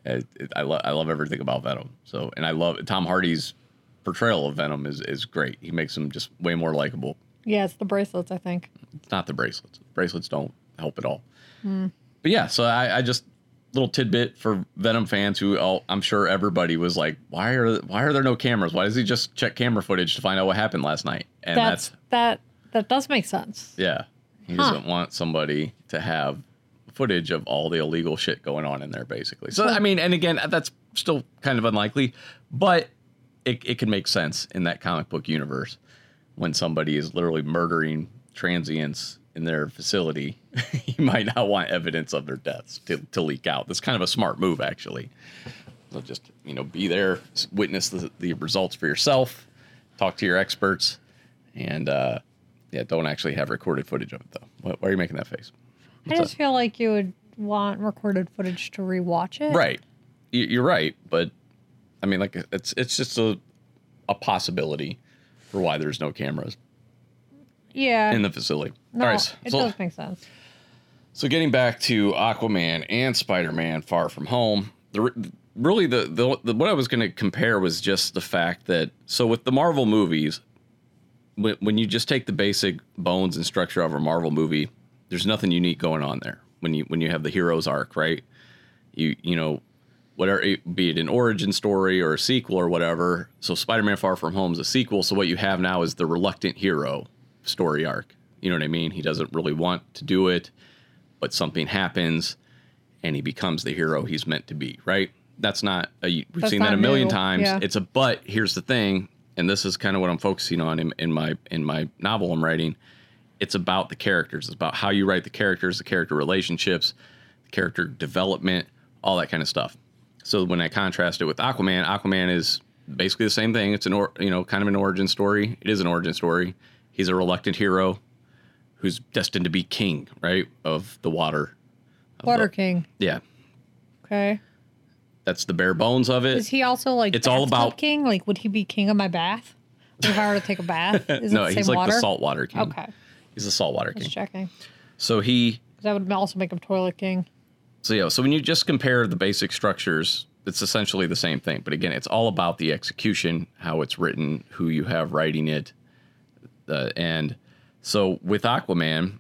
Uh, it- I love I love everything about Venom. So, and I love Tom Hardy's portrayal of Venom is is great. He makes him just way more likable.
Yeah, it's the bracelets, I think.
It's not the bracelets. Bracelets don't help at all. But yeah, so I, I just little tidbit for Venom fans who all, I'm sure everybody was like, why are why are there no cameras? Why does he just check camera footage to find out what happened last night? And that's,
That's, that that does make sense.
yeah, he
Huh.
doesn't want somebody to have footage of all the illegal shit going on in there, basically. So I mean, and again, that's still kind of unlikely, but it it can make sense in that comic book universe when somebody is literally murdering transients in their facility. [laughs] you might not want evidence of their deaths to, to leak out. That's kind of a smart move, actually. So just you know, be there, s- witness the, the results for yourself, talk to your experts, and uh, yeah, don't actually have recorded footage of it though. Why, why are you making that face?
I
What's
just feel like you would want recorded footage to rewatch it.
Right, You- you're right, but I mean, like it's it's just a a possibility for why there's no cameras
Yeah.
in the facility.
no,
All right, so-
it does make sense.
So getting back to Aquaman and Spider-Man: Far From Home, the really the, the, the what I was going to compare was just the fact that so with the Marvel movies, when, when you just take the basic bones and structure of a Marvel movie, there's nothing unique going on there. When you when you have the hero's arc, right? You you know whatever it- be it an origin story or a sequel or whatever. So Spider-Man: Far From Home is a sequel. So what you have now is the reluctant hero story arc. You know what I mean? He doesn't really want to do it but something happens and he becomes the hero he's meant to be, right? That's not a, we've
That's
seen that
not
a million
new,
times.
yeah.
It's a but here's the thing, and this is kind of what I'm focusing on in, in my in my novel I'm writing. It's about the characters. It's about how you write the characters, the character relationships, the character development, all that kind of stuff. So when I contrast it with Aquaman, Aquaman is basically the same thing. It's an or, you know kind of an origin story. It is an origin story. He's a reluctant hero who's destined to be king, right, of the water.
Water King.
Yeah,
Okay.
that's the bare bones of it.
Is he also like
It's all
bathtub
about-
king? Like, would he be king of my bath? If I were to take a
[laughs]
bath, is
no,
it the
he's
same
like
water?
the saltwater king.
Okay,
He's the saltwater
just
king.
checking.
So he,
'Cause That would also make him toilet king.
so yeah, so when you just compare the basic structures, it's essentially the same thing. But again, it's all about the execution, how it's written, who you have writing it, uh, and so with Aquaman.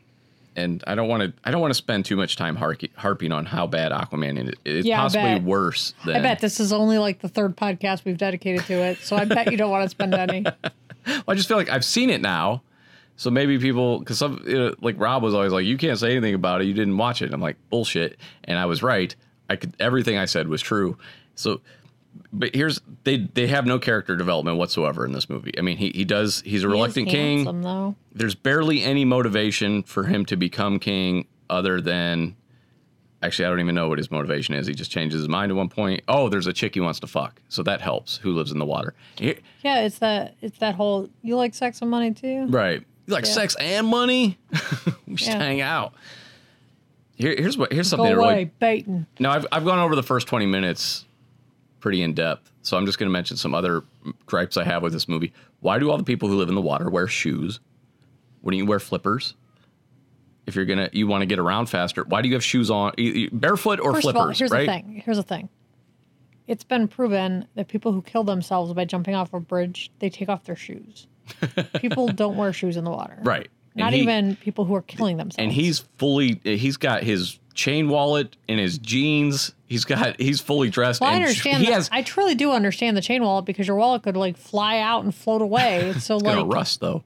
And I don't want to. I don't want to spend too much time harki- harping on how bad Aquaman is. It's
Yeah, I
possibly
bet.
worse than
I bet this is only like the third podcast we've dedicated to it, so I bet you don't want to spend any.
I just feel like I've seen it now. So maybe people, because some, you know, like Rob was always like, you can't say anything about it. You didn't watch it. I'm like, bullshit. And I was right. I could, everything I said was true. So, but here's, they, they have no character development whatsoever in this movie. I mean, he, he does, he's a [laughs] reluctant
He's
king
handsome, though.
there's barely any motivation for him to become king other than actually I don't even know what his motivation is. He just changes his mind at one point. Oh, there's a chick he wants to fuck. So that helps who lives in the water. Here-
Yeah, it's that. It's that whole. You like sex and money too?
right. You like
Yeah.
sex and money? [laughs] we should
Yeah.
hang out. Here, here's what here's
Go
something
away,
that really
Baton.
Now I've I've gone over the first 20 minutes pretty in depth. So I'm just going to mention some other gripes I have with this movie. Why do all the people who live in the water wear shoes? Wouldn't you wear flippers? If you're gonna, you want to get around faster. Why do you have shoes on, E- e- barefoot or
First
flippers?
of all, here's
right?
the thing. Here's the thing. It's been proven that people who kill themselves by jumping off a bridge, they take off their
[laughs]
shoes. people don't wear shoes in the water.
Right. And
Not
he-
even people who are killing themselves.
And he's fully. He's got his chain wallet and his jeans. He's got. He's fully dressed.
Well, I
and
understand.
He
that.
has.
I truly do understand the chain wallet because your wallet could like fly out and float away. So
[laughs] It's gonna
like,
rust though.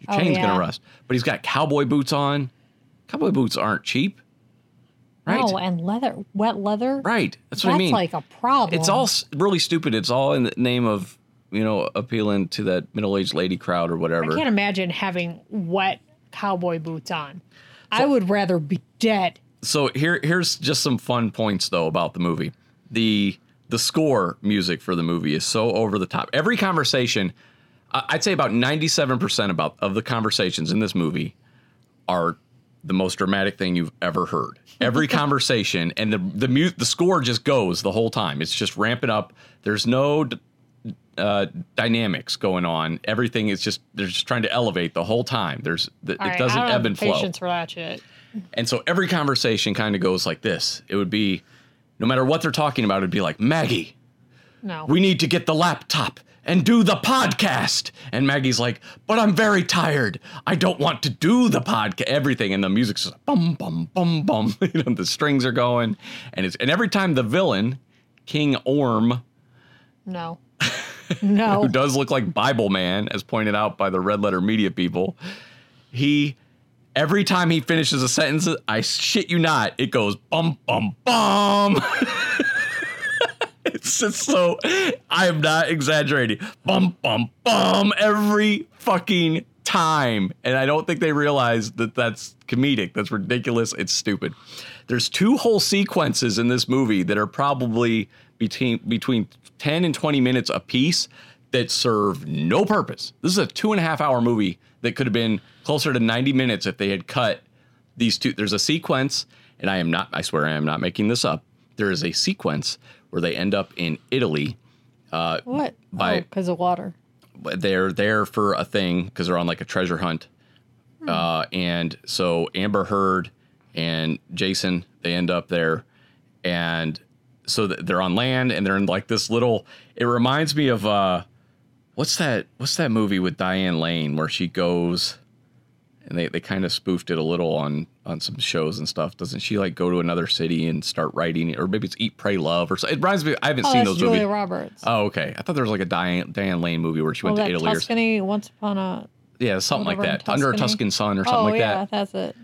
Your
Oh,
chain's
yeah.
gonna rust. But he's got cowboy boots on. Cowboy boots aren't cheap. Right.
oh, and leather, wet leather.
Right. That's
That's
what I mean.
like a problem.
it's all s- really stupid. It's all in the name of you know appealing to that middle-aged lady crowd or
I
whatever.
can't imagine having wet cowboy boots on. I would rather be dead.
So here here's just some fun points though about the movie. The the score music for the movie is so over the top. Every conversation I- I'd say about 97% about of the conversations in this movie are the most dramatic thing you've ever heard.
[laughs]
Every conversation and the the mu- the score just goes the whole time. It's just ramping up. There's no d- uh, dynamics going on. Everything is just they're just trying to elevate the whole time. There's the, it
All right, I
doesn't
don't have
ebb
the
and flow.
Patience for that shit.
And so every conversation kind of goes like this. It would be no matter what they're talking about, it'd be like Maggie,
No.
we need to get the laptop and do the podcast. And Maggie's like, but I'm very tired. I don't want to do the podcast. Everything and the music's just bum bum bum bum. [laughs] you know, the strings are going, and it's and every time the villain, King Orm, [laughs]
no. No.
who does look like Bible Man, as pointed out by the red letter media people, he every time he finishes a sentence, I shit you not, it goes bum bum bum. it's just so I am not exaggerating. Bum bum bum every fucking time. And I don't think they realize that that's comedic. That's ridiculous. It's stupid. There's two whole sequences in this movie that are probably between between 10 and 20 minutes apiece that serve no purpose. This is a two and a half hour movie that could have been closer to 90 minutes if they had cut these two there's a sequence and i am not i swear i am not making this up there is a sequence where they end up in italy
[laughs] What?
By-
because of water.
but they're there for a thing because they're on like a treasure hunt
Hmm.
uh, and so amber heard and jason they end up there and so th- they're on land and they're in like this little it reminds me of uh what's that what's that movie with diane lane where she goes and they, they kind of spoofed it a little on on some shows and stuff. Doesn't she like go to another city and start writing, or maybe it's Eat, Pray, Love, or so? It reminds me. I haven't
Oh,
seen
that's
those
Julia
movies.
Roberts.
Oh, okay. I thought there was like a Diane, Diane Lane movie where she
oh,
went
that
to Italy
Tuscany. Once upon a.
or yeah, something like
whatever in
that. Under a
Tuscany.
Tuscan Sun or something
Oh
like
yeah,
that,
that's it.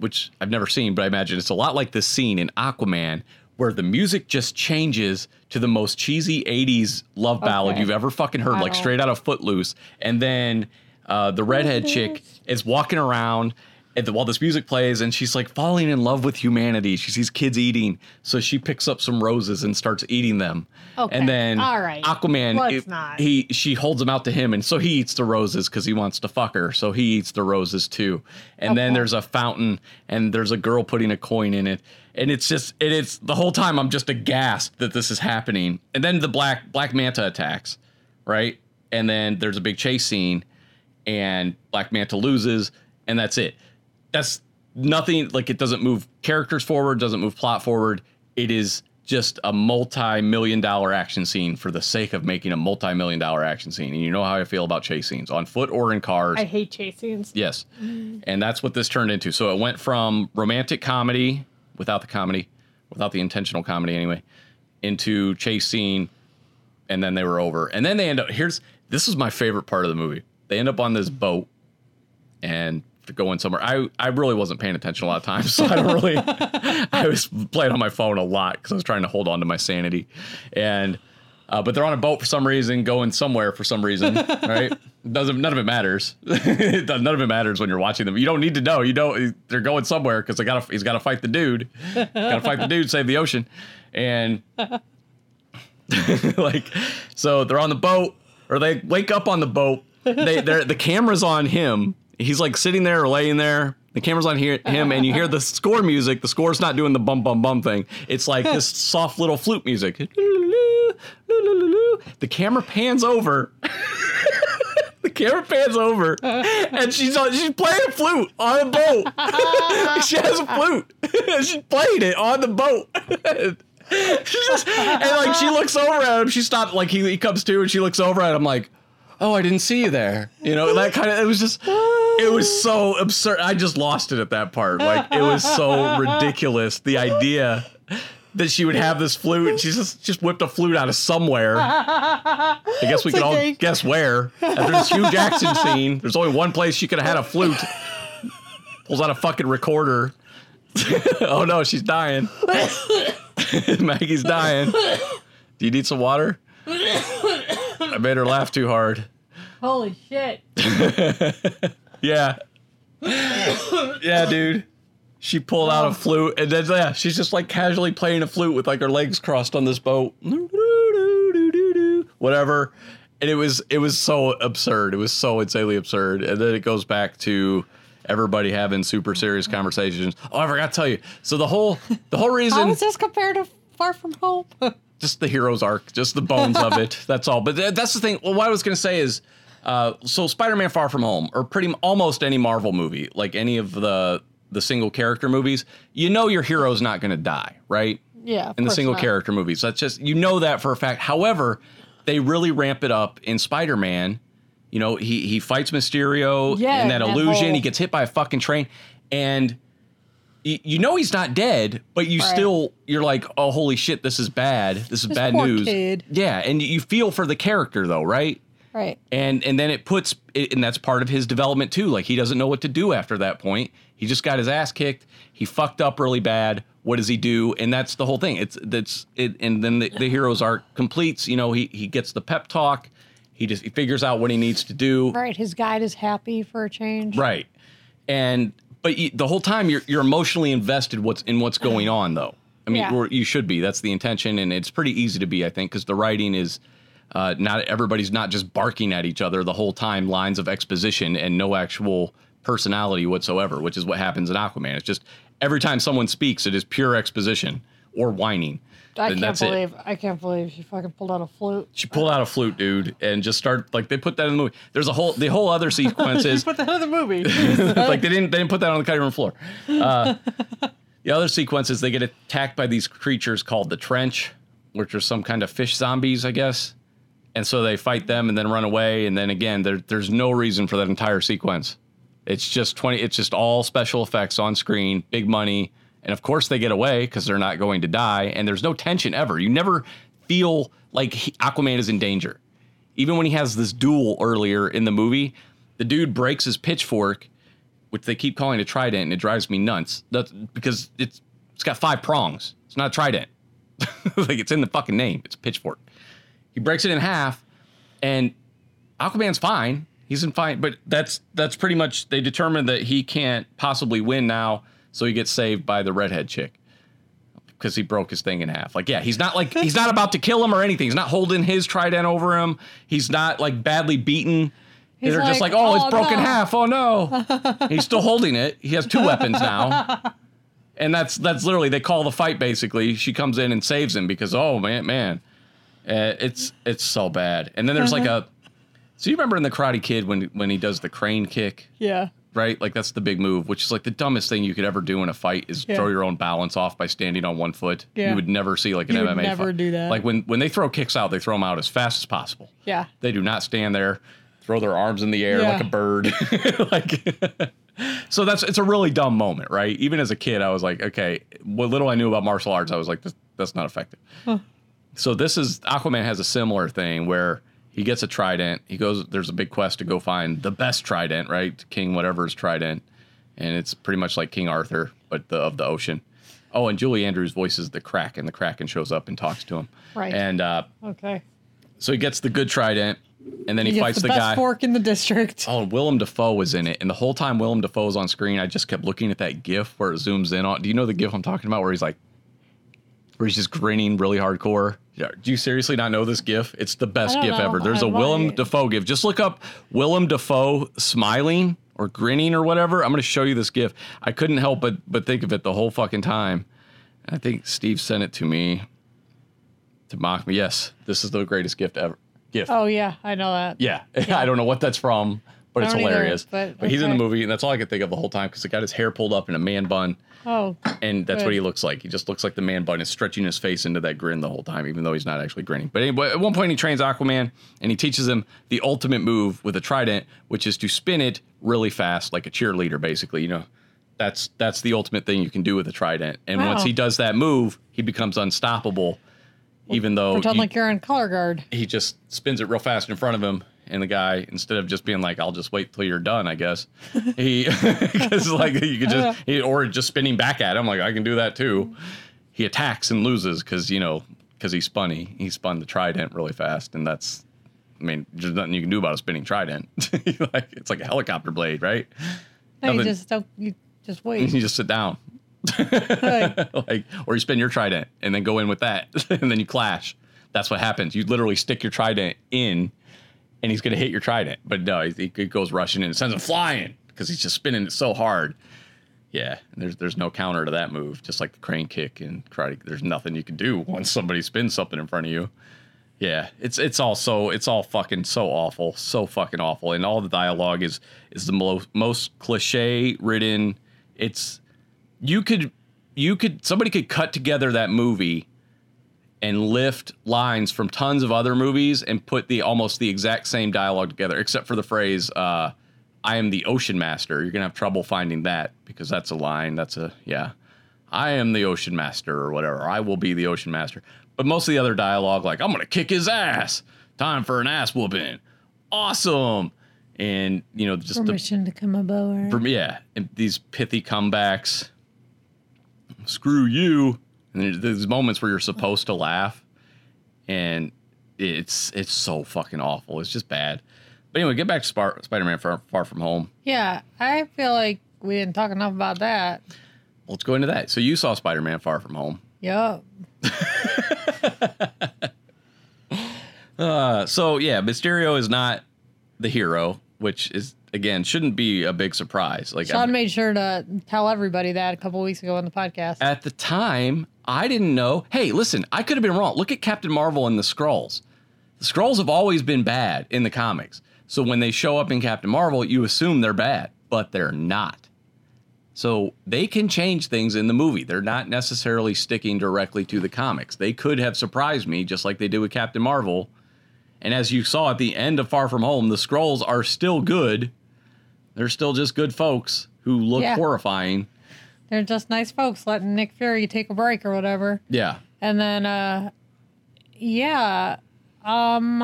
which I've never seen, but I imagine it's a lot like this scene in Aquaman where the music just changes to the most cheesy 80s love ballad
Okay.
you've ever fucking heard,
I
like
don't-
straight out of Footloose. And then uh, the redhead chick is walking around and the, while this music plays and she's like falling in love with humanity. She sees kids eating. So she picks up some roses and starts eating them.
Okay.
And then
All right.
Aquaman,
Let's
it-
not.
he she holds them out to him, and so he eats the roses because he wants to fuck her. So he eats the roses too. And then
Okay.
there's a fountain, and there's a girl putting a coin in it, and it's just it is the whole time I'm just aghast that this is happening. And then the black Black Manta attacks, right? And then there's a big chase scene, and Black Manta loses, and that's it. That's nothing like it doesn't move characters forward, doesn't move plot forward. It is just a multi-million dollar action scene for the sake of making a multi-million dollar action scene. And you know how I feel about chase scenes on foot or in cars.
I hate chase scenes.
yes. And that's what this turned into. So it went from romantic comedy without the comedy, without the intentional comedy anyway, into chase scene and then they were over. And then they end up here's this is my favorite part of the movie. They end up on this boat and they're going somewhere. I I really wasn't paying attention a lot of times, so I don't really. [laughs] I was playing on my phone a lot because I was trying to hold on to my sanity, and uh, but they're on a boat for some reason, going somewhere for some reason, right? Doesn't none of it matters. [laughs] It doesn't- none of it matters when you're watching them. You don't need to know. You know they're going somewhere because they got he's got to fight the dude, got to fight the dude, save the ocean, and [laughs] like so they're on the boat or they wake up on the boat they they're, the camera's on him he's like sitting there or laying there the camera's on here, him and you hear the score music the score's not doing the bum bum bum thing it's like this soft little flute music [laughs] the camera pans over [laughs] the camera pans over and she's on she's playing a flute on a boat [laughs] she has a flute she's playing it on the boat [laughs] She's just- and like she looks over at him she stopped like he, he comes to and she looks over at him like oh i didn't see you there you know that kind of it was just it was so absurd i just lost it at that part like it was so ridiculous the idea that she would have this flute and she just just whipped a flute out of somewhere I guess we
It's
could all
like they-
guess where. After this huge action scene, there's only one place she could have had a flute. Pulls out a fucking recorder. [laughs] oh no, she's dying. [laughs] Maggie's dying. Do you need some water? I made her laugh too hard.
Holy
[laughs]
shit.
Yeah. yeah, dude. She pulled
Oh.
out a flute and then yeah, she's just like casually playing a flute with like her legs crossed on this boat. Whatever. and it was it was so absurd. It was so insanely absurd. And then it goes back to everybody having super serious conversations. Oh, I forgot to tell you. So the whole the whole
How
reason
is [laughs] this compared to Far From
[laughs]
Home?
just the hero's arc, just the bones of it. That's all. But th- that's the thing. Well, what I was going to say is, uh, so Spider-Man: Far From Home, or pretty m- almost any Marvel movie, like any of the the single character movies, you know your hero's not going to die, right?
yeah. of
in the
course
single
not.
character movies. That's just you know that for a fact. However, they really ramp it up in Spider Man. You know, he he fights Mysterio
Yeah,
in that,
that
illusion.
whole-
He gets hit by a fucking train, and y- you know he's not dead, but you
Right.
still you're like, oh holy shit, this is bad. This is
This
bad
poor
news.
kid.
Yeah, and you feel for the character though, right?
Right.
and and then it puts and that's part of his development too like he doesn't know what to do after that point he just got his ass kicked he fucked up really bad what does he do and that's the whole thing it's that's it and then the, the hero's arc completes you know he he gets the pep talk he just he figures out what he needs to do
Right. His guide is happy for a change.
right and but you, the whole time you're you're emotionally invested what's in what's going on though i mean
Yeah.
or you should be that's the intention and it's pretty easy to be i think because the writing is uh, not everybody's not just barking at each other the whole time lines of exposition and no actual personality whatsoever which is what happens in aquaman it's just every time someone speaks it is pure exposition or whining
I
and
can't
that's it
believe I can't believe she fucking pulled out a [laughs] flute.
she pulled out a flute dude and just started like they put that in the movie there's a whole the whole [laughs] other sequence is
But the end of the movie.
[laughs] like they didn't they didn't put that on the cutting room floor. Uh, [laughs] the other sequence is they get attacked by these creatures called the trench, which are some kind of fish zombies, I guess. And so they fight them and then run away. And then again, there, there's no reason for that entire sequence. It's just twenty. It's just all special effects on screen, big money, and of course they get away because they're not going to die. And there's no tension ever. You never feel like he- Aquaman is in danger even when he has this duel earlier in the movie, the dude breaks his pitchfork, which they keep calling a trident, and it drives me nuts. That's because it's it's got five prongs. It's not a trident. [laughs] like it's in the fucking name. It's a pitchfork. He breaks it in half, and Aquaman's fine. He's in fine, but that's that's pretty much they determined that he can't possibly win now, so he gets saved by the redhead chick because he broke his thing in half. Like, yeah, he's not like he's not about to kill him or anything. He's not holding his trident over him. He's not like badly beaten.
He's
They're just
like,
like, oh, it's
"Oh,
broken
no."
half. Oh no, he's still holding it. He has two weapons now, and that's that's literally they call the fight. Basically, she comes in and saves him because oh man, man, uh, it's it's so bad. And then there's like a. So you remember in the Karate Kid when when he does the crane kick?
[laughs] yeah.
right? Like that's the big move, which is like the dumbest thing you could ever do in a fight is
Yeah.
throw your own balance off by standing on one foot.
Yeah.
You would never see like an
You would
MMA
never
fight.
do that.
Like when when they throw kicks out, they throw them out as fast as possible.
Yeah.
They do not stand there, throw their arms in the air
Yeah.
like a bird. [laughs] like [laughs] So that's it's a really dumb moment, right? Even as a kid, I was like, okay, what little I knew about martial arts, I was like, this, that's not effective. So this is Aquaman has a similar thing where he gets a trident. He goes there's a big quest to go find the best trident, right? King whatever's trident, and it's pretty much like King Arthur, but the, of the ocean. Oh, and Julie Andrews voices the Kraken. The Kraken shows up and talks to him.
Right.
And uh,
Okay.
so he gets the good trident, and then he,
He gets
fights
the,
the,
best
guy.
fork in the district.
Oh, and Willem Dafoe was in it, and the whole time Willem Dafoe was on screen, I just kept looking at that GIF where it zooms in on. Do you know the GIF I'm talking about, where he's like, where he's just grinning really hardcore? Yeah, Do you seriously not know this GIF? It's the best
I don't
GIF
know.
ever. There's a
I
Willem
might.
Dafoe GIF. Just look up Willem Dafoe smiling or grinning or whatever. I'm going to show you this GIF. I couldn't help but but think of it the whole fucking time. I think Steve sent it to me to mock me. Yes, this is the greatest gift ever. GIF.
Oh yeah, I know that.
Yeah. [laughs] I don't know what that's from, but
I
it's
don't either,
hilarious.
but
but he's in the
okay.
movie, and that's all I could think of the whole time because the got his hair pulled up in a man bun,
Oh.
and that's
Good.
what he looks like. He just looks like the man bun is stretching his face into that grin the whole time, even though he's not actually grinning. But anyway, at one point, he trains Aquaman and he teaches him the ultimate move with a trident, which is to spin it really fast, like a cheerleader, basically. You know, that's that's the ultimate thing you can do with a trident. And once
Wow.
he does that move, he becomes unstoppable. Even though
Pretend
you-
like you're in color guard.
he just spins it real fast in front of him and the guy instead of just being like i'll just wait till you're done i guess he [laughs] because like you could just he, or just spinning back at him like i can do that too he attacks and loses because you know because he spun he, he spun the trident really fast and that's i mean there's nothing you can do about a spinning trident [laughs] like it's like a helicopter blade right
No, you
Nothing.
just don't. You just
[laughs]
[laughs]
you
wait.
just sit down
Like,
[laughs] like or you spin your trident [laughs] and then go in with that and then you clash that's what happens you literally stick your trident in and he's going to hit your trident. But no, he, he goes rushing in and sends him flying because he's just spinning it so hard. Yeah, and there's there's no counter to that move. Just like the crane kick and karate, there's nothing you can do [laughs] once somebody spins something in front of you. Yeah, it's it's all so it's all fucking so awful, so fucking awful, and all the dialogue is is the mo- most cliche ridden. It's you could you could somebody could cut together that movie and lift lines from tons of other movies and put the almost the exact same dialogue together, except for the phrase uh, "I am the ocean master." You're gonna have trouble finding that because that's a line. That's a yeah. I am the ocean master or whatever. I will be the ocean master. But most of the other dialogue, like, I'm going to kick his ass. Time for an ass whooping. Awesome. And, you know, just the,
Permission to come a bower.
from, yeah, and these pithy comebacks. Screw you. And there's these moments where you're supposed to laugh. And it's it's so fucking awful. It's just bad. But anyway, get back to Spar- Spider Man far, far From Home.
Yeah, I feel like we didn't talk enough about that.
Let's go into that. So you saw Spider Man Far From Home.
Yup.
Uh, so yeah, Mysterio is not the hero, which is again shouldn't be a big surprise. Like
Sean made sure to tell everybody that a couple weeks ago on the podcast.
at the time, I didn't know. Hey, listen, I could have been wrong. Look at Captain Marvel and the Skrulls. The Skrulls have always been bad in the comics. So when they show up in Captain Marvel, you assume they're bad, but they're not. So they can change things in the movie. They're not necessarily sticking directly to the comics. They could have surprised me just like they did with Captain Marvel. And as you saw at the end of Far From Home, the Skrulls are still good. They're still just good folks who look
Yeah.
horrifying.
They're just nice folks letting Nick Fury take a break or whatever.
Yeah.
And then, uh, yeah, um,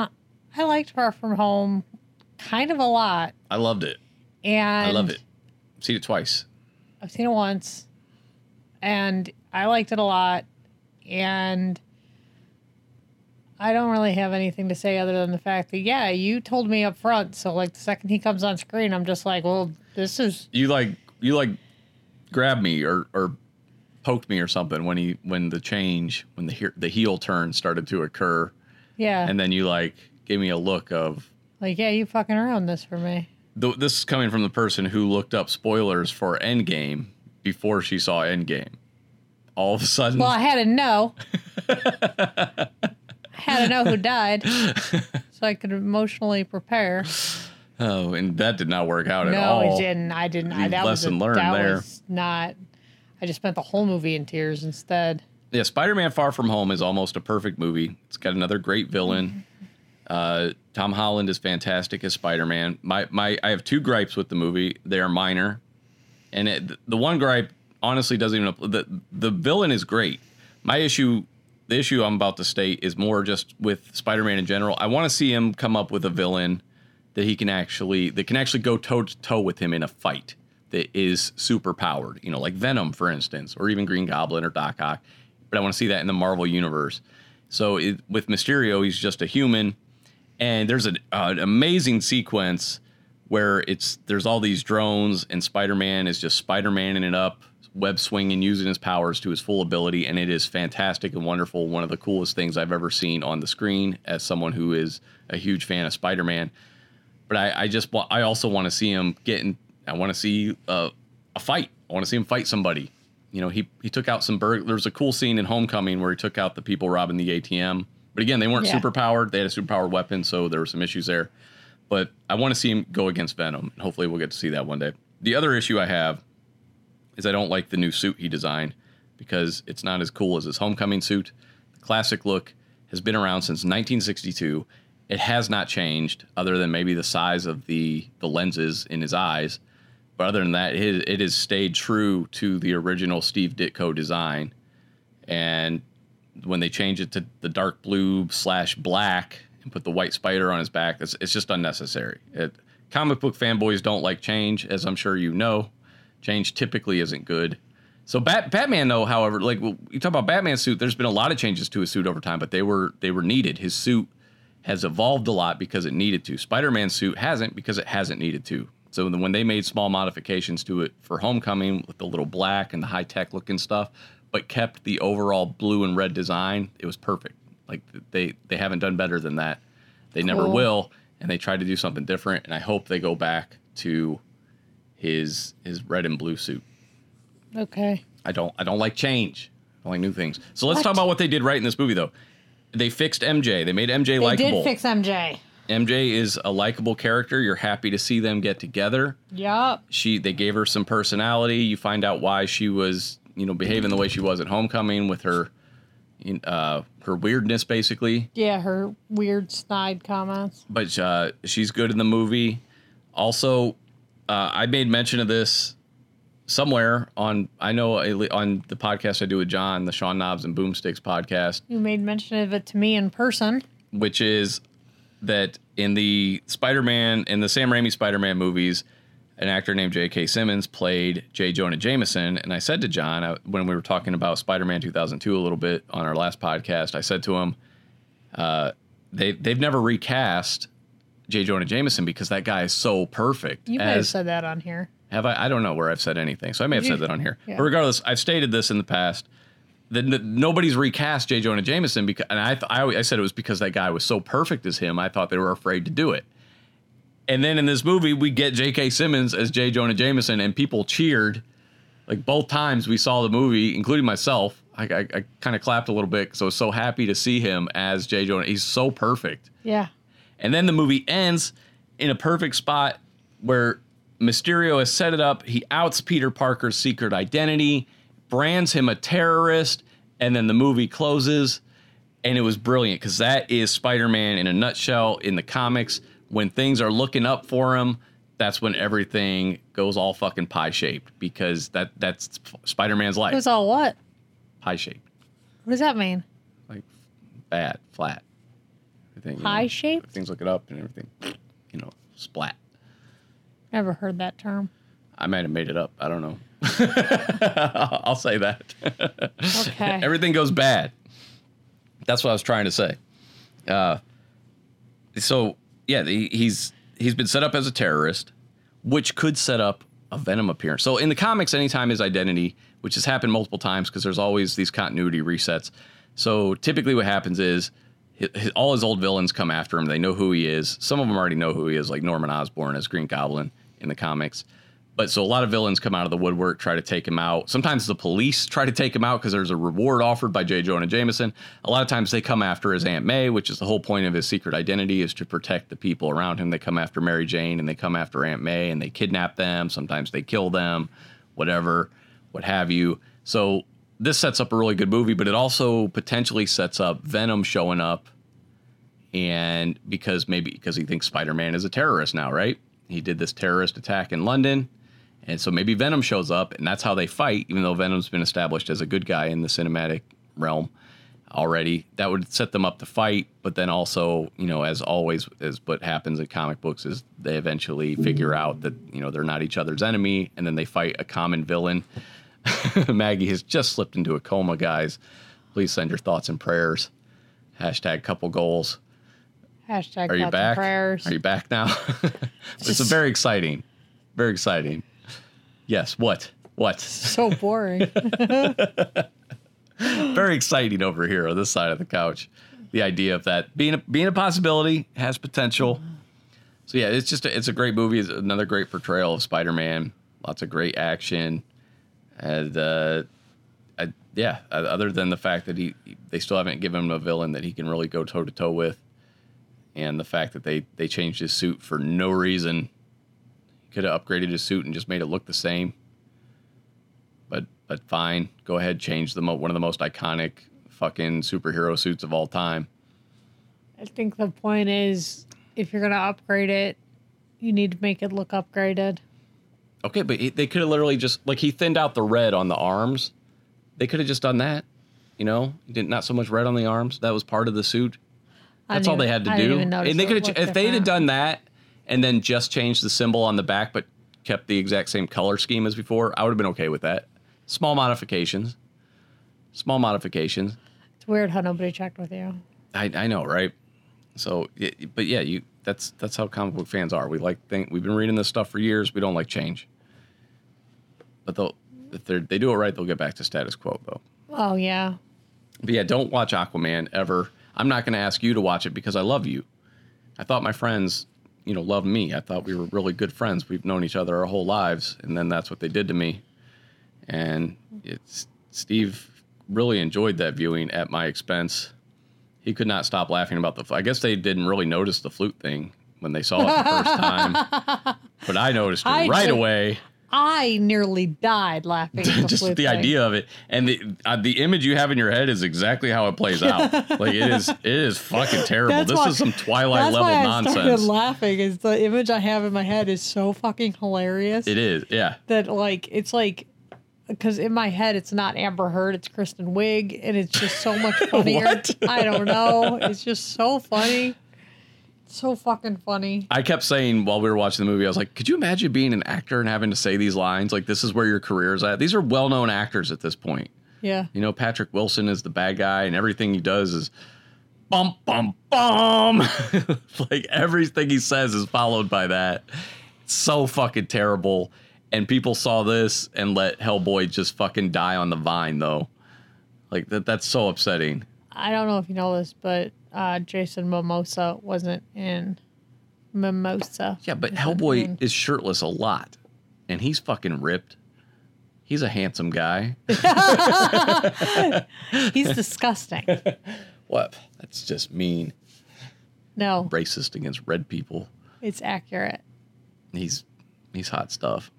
I liked Far From Home kind of a lot.
I loved it.
And
I love it. Seen it twice.
I've seen it once, and I liked it a lot. And I don't really have anything to say other than the fact that yeah, you told me up front. So like the second he comes on screen, I'm just like, well, this is
You like you like grabbed me or or poked me or something when he when the change when the he- the heel turn started to occur,
yeah,
and then you like gave me a look of
like yeah, you fucking around this for me.
th- this is coming from the person who looked up spoilers for Endgame before she saw Endgame. All of a sudden,
Well, I
[laughs]
had to know. I had to know who died, so I could emotionally prepare.
oh, and that did not work out at
No,
all.
it didn't. I didn't. I,
You
that was a-
lesson learned
that
there.
was not. I just spent the whole movie in tears instead.
yeah, Spider Man Far From Home is almost a perfect movie. It's got another great villain. Uh, Tom Holland is fantastic as Spider Man. My my, I have two gripes with the movie. They are minor, and it, the one gripe honestly doesn't even apply. the the villain is great. My issue, the issue I'm about to state is more just with Spider Man in general. I want to see him come up with a villain that he can actually that can actually go toe to toe with him in a fight that is super powered. You know, like Venom, for instance, or even Green Goblin or Doc Ock. But I want to see that in the Marvel universe. So it, with Mysterio, he's just a human and there's an, uh, an amazing sequence where it's there's all these drones and Spider-Man is just Spider-Maning it up, web swinging, using his powers to his full ability, and it is fantastic and wonderful. One of the coolest things I've ever seen on the screen as someone who is a huge fan of Spider-Man. But I, I just want I also want to see him getting. I want to see uh, a fight. I want to see him fight somebody. You know, he he took out some burg. There was a cool scene in Homecoming where he took out the people robbing the ATM. But again, they weren't
Yeah.
super powered. They had a super powered weapon, so there were some issues there. But I want to see him go against Venom. and Hopefully, we'll get to see that one day. The other issue I have is I don't like the new suit he designed because it's not as cool as his homecoming suit. The classic look has been around since 1962. It has not changed, other than maybe the size of the the lenses in his eyes. But other than that, it, it has stayed true to the original Steve Ditko design. And when they change it to the dark blue slash black and put the white spider on his back, it's, it's just unnecessary. It, comic book fanboys don't like change, as I'm sure you know. Change typically isn't good. So Bat- Batman, though, however, like well, you talk about Batman's suit, there's been a lot of changes to his suit over time, but they were they were needed. His suit has evolved a lot because it needed to. Spider-Man's suit hasn't because it hasn't needed to. So then when they made small modifications to it for Homecoming with the little black and the high-tech looking stuff, but kept the overall blue and red design, it was perfect. Like they they haven't done better than that. They never
Cool.
will. and they tried to do something different. And I hope they go back to his his red and blue suit.
Okay.
I don't I don't like change. I like new things. So let's talk about what they did right in this movie though. They fixed MJ. They made MJ
They
likable.
did fix MJ.
MJ is a likable character. You're happy to see them get together.
Yup.
She they gave her some personality. You find out why she was, you know, behaving the way she was at homecoming with her in- uh her weirdness basically.
Yeah, her weird snide comments.
But uh she's good in the movie. Also, uh I made mention of this somewhere on I know on the podcast I do with John, the Sean Knobs and Boomsticks podcast.
You made mention of it to me in person.
which is that in the Spider-Man in the Sam Raimi Spider-Man movies, an actor named J.K. Simmons played J. Jonah Jameson, and I said to John I, when we were talking about Spider-Man 2002 a little bit on our last podcast, I said to him, uh, "They they've never recast J. Jonah Jameson because that guy is so perfect."
You might have
as-
said that on here.
have I? I don't know where I've said anything, so I may have
You-
said that on here.
yeah.
But regardless, I've stated this in the past that n- nobody's recast J. Jonah Jameson because, and I, th- I, always- I said it was because that guy was so perfect as him. I thought they were afraid to do it. And then in this movie, we get J.K. Simmons as J. Jonah Jameson, and people cheered. Like both times we saw the movie, including myself, I, I, I kind of clapped a little bit because I was so happy to see him as J. Jonah. He's so perfect.
Yeah.
And then the movie ends in a perfect spot where Mysterio has set it up. He outs Peter Parker's secret identity, brands him a terrorist, and then the movie closes. And it was brilliant because that is Spider Man in a nutshell in the comics. When things are looking up for him, that's when everything goes all fucking pie shaped because that that's Spider Man's
It was
life.
all what?
Pie shaped,
What does that mean?
like bad, flat. Everything, you know,
Pie shaped?
Things looking up and everything, you know, splat.
Never heard that
[laughs]
term.
I might have made it up. I don't know. I'll say that.
Okay.
[laughs] Everything goes bad. That's what I was trying to say. Uh, so yeah, the, he's he's been set up as a terrorist, which could set up a Venom appearance. So in the comics, anytime his identity, which has happened multiple times, because there's always these continuity resets. So typically, what happens is. hi- hi- All his old villains come after him. They know who he is. Some of them already know who he is, like Norman Osborn as Green Goblin in the comics. But so a lot of villains come out of the woodwork, try to take him out. Sometimes the police try to take him out because there's a reward offered by J. Jonah Jameson. A lot of times they come after his Aunt May, which is the whole point of his secret identity is to protect the people around him. They come after Mary Jane and they come after Aunt May and they kidnap them. Sometimes they kill them, whatever, what have you. So this sets up a really good movie, but it also potentially sets up Venom showing up and because maybe because he thinks Spider-Man is a terrorist now, right? He did this terrorist attack in London, and so maybe Venom shows up, and that's how they fight. Even though Venom's been established as a good guy in the cinematic realm already, that would set them up to fight. But then also, you know, as always, as what happens in comic books is they eventually figure out that you know they're not each other's enemy, and then they fight a common villain. [laughs] Maggie has just slipped into a coma, guys. Please send your thoughts and prayers. Hashtag couple goals.
Hashtag
Are
thoughts
you
and
back?
prayers.
Are you back now? [laughs] it's
Just-
very exciting. Very exciting. Yes. What? What?
so boring.
Very exciting over here on this side of the couch. The idea of that being a, being a possibility has potential. So yeah, it's just a, it's a great movie. It's another great portrayal of Spider Man. Lots of great action, and uh, I, yeah. o- Other than the fact that he they still haven't given him a villain that he can really go toe to toe with, and the fact that they they changed his suit for no reason. He could have upgraded his suit and just made it look the same. But but fine, go ahead, change the mo- one of the most iconic fucking superhero suits of all time.
[laughs] I think the point is if you're going to upgrade it, you need to make it look upgraded.
Okay, but it, they could have literally just like he thinned out the red on the arms. They could have just done that, you know. He didn't not so much red on the arms. That was part of the suit.
I
That's
didn't
all they
even-
had to
I didn't
do.
even notice
and they
it
could have
looked
if they'd have
different.
done that and then just changed the symbol on the back, but kept the exact same color scheme as before. I would have been okay with that. Small modifications. Small modifications.
It's weird how nobody checked with you.
I, I know, right? So, y- but yeah, you that's that's how comic book fans are. We like think we've been reading this stuff for years. We don't like change. But they'll if they they do it right, they'll get back to status quo though.
Oh, yeah.
But yeah, don't watch Aquaman ever. I'm not going to ask you to watch it because I love you. I thought my friends, you know, loved me. I thought we were really good friends. We've known each other our whole lives, and then that's what they did to me. And it's Steve really enjoyed that viewing at my expense. He could not stop laughing about the. fl- I guess they didn't really notice the flute thing when they saw it the first time, but I noticed it
I
right
did.
away.
I nearly died
[laughs]
laughing. at
just the
flute thing.
idea of it and the uh, the image you have in your head is exactly how it
[laughs]
plays out like it is it is fucking terrible
That's
this
why-
is some twilight
That's
level
why I started
nonsense
laughing. Is the image I have in my head is so fucking hilarious
it is yeah
that like it's like because in my head it's not Amber Heard, it's Kristen Wiig, and it's just so
[laughs]
much funnier.
What?
I don't know. It's just so funny. It's so fucking funny.
i kept saying while we were watching the movie i was like could you imagine being an actor and having to say these lines like this is where your career is at these are well-known actors at this point
Yeah.
you know patrick wilson is the bad guy and everything he does is bum bum bum [laughs] like everything he says is followed by that so fucking terrible and people saw this and let hellboy just fucking die on the vine though like that that's so upsetting
I don't know if you know this, but uh, Jason Mimosa wasn't in Mimosa.
yeah but
Wasn't in-
hellboy is shirtless a lot and he's fucking ripped he's a handsome guy
[laughs] He's
[laughs]
disgusting.
what that's just mean
No,
racist against red people
it's accurate.
he's he's hot stuff.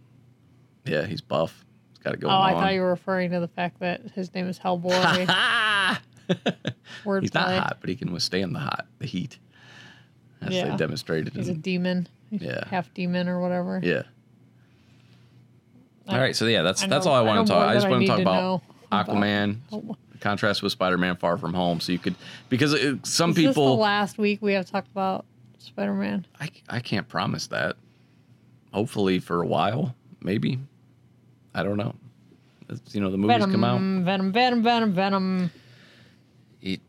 Yeah, he's buff. He's got it going
Oh,
on.
I thought you were referring to the fact that his name is
[laughs]
Hellboy.
Ah!
Wordplay.
he's not hot, but he can withstand the hot, the heat, as
Yeah.
they demonstrated.
He's a
in-
demon. He's
Yeah.
Half demon or whatever.
yeah.
I-
all right, so yeah, that's
I
that's
know-
all I
I know
want to talk.
more
I
than
just
I
want to
need
talk
to
about
know about [laughs] Oh,
Aquaman,
Hellboy.
contrast with Spider-Man: Far From Home. So you could because it, some
Is this the
people
last week we have talked about Spider Man?
I, I can't promise that. Hopefully for a while, maybe. I don't know. It's, you know, the movies
Venom,
come out.
Venom, Venom, Venom, Venom,
It-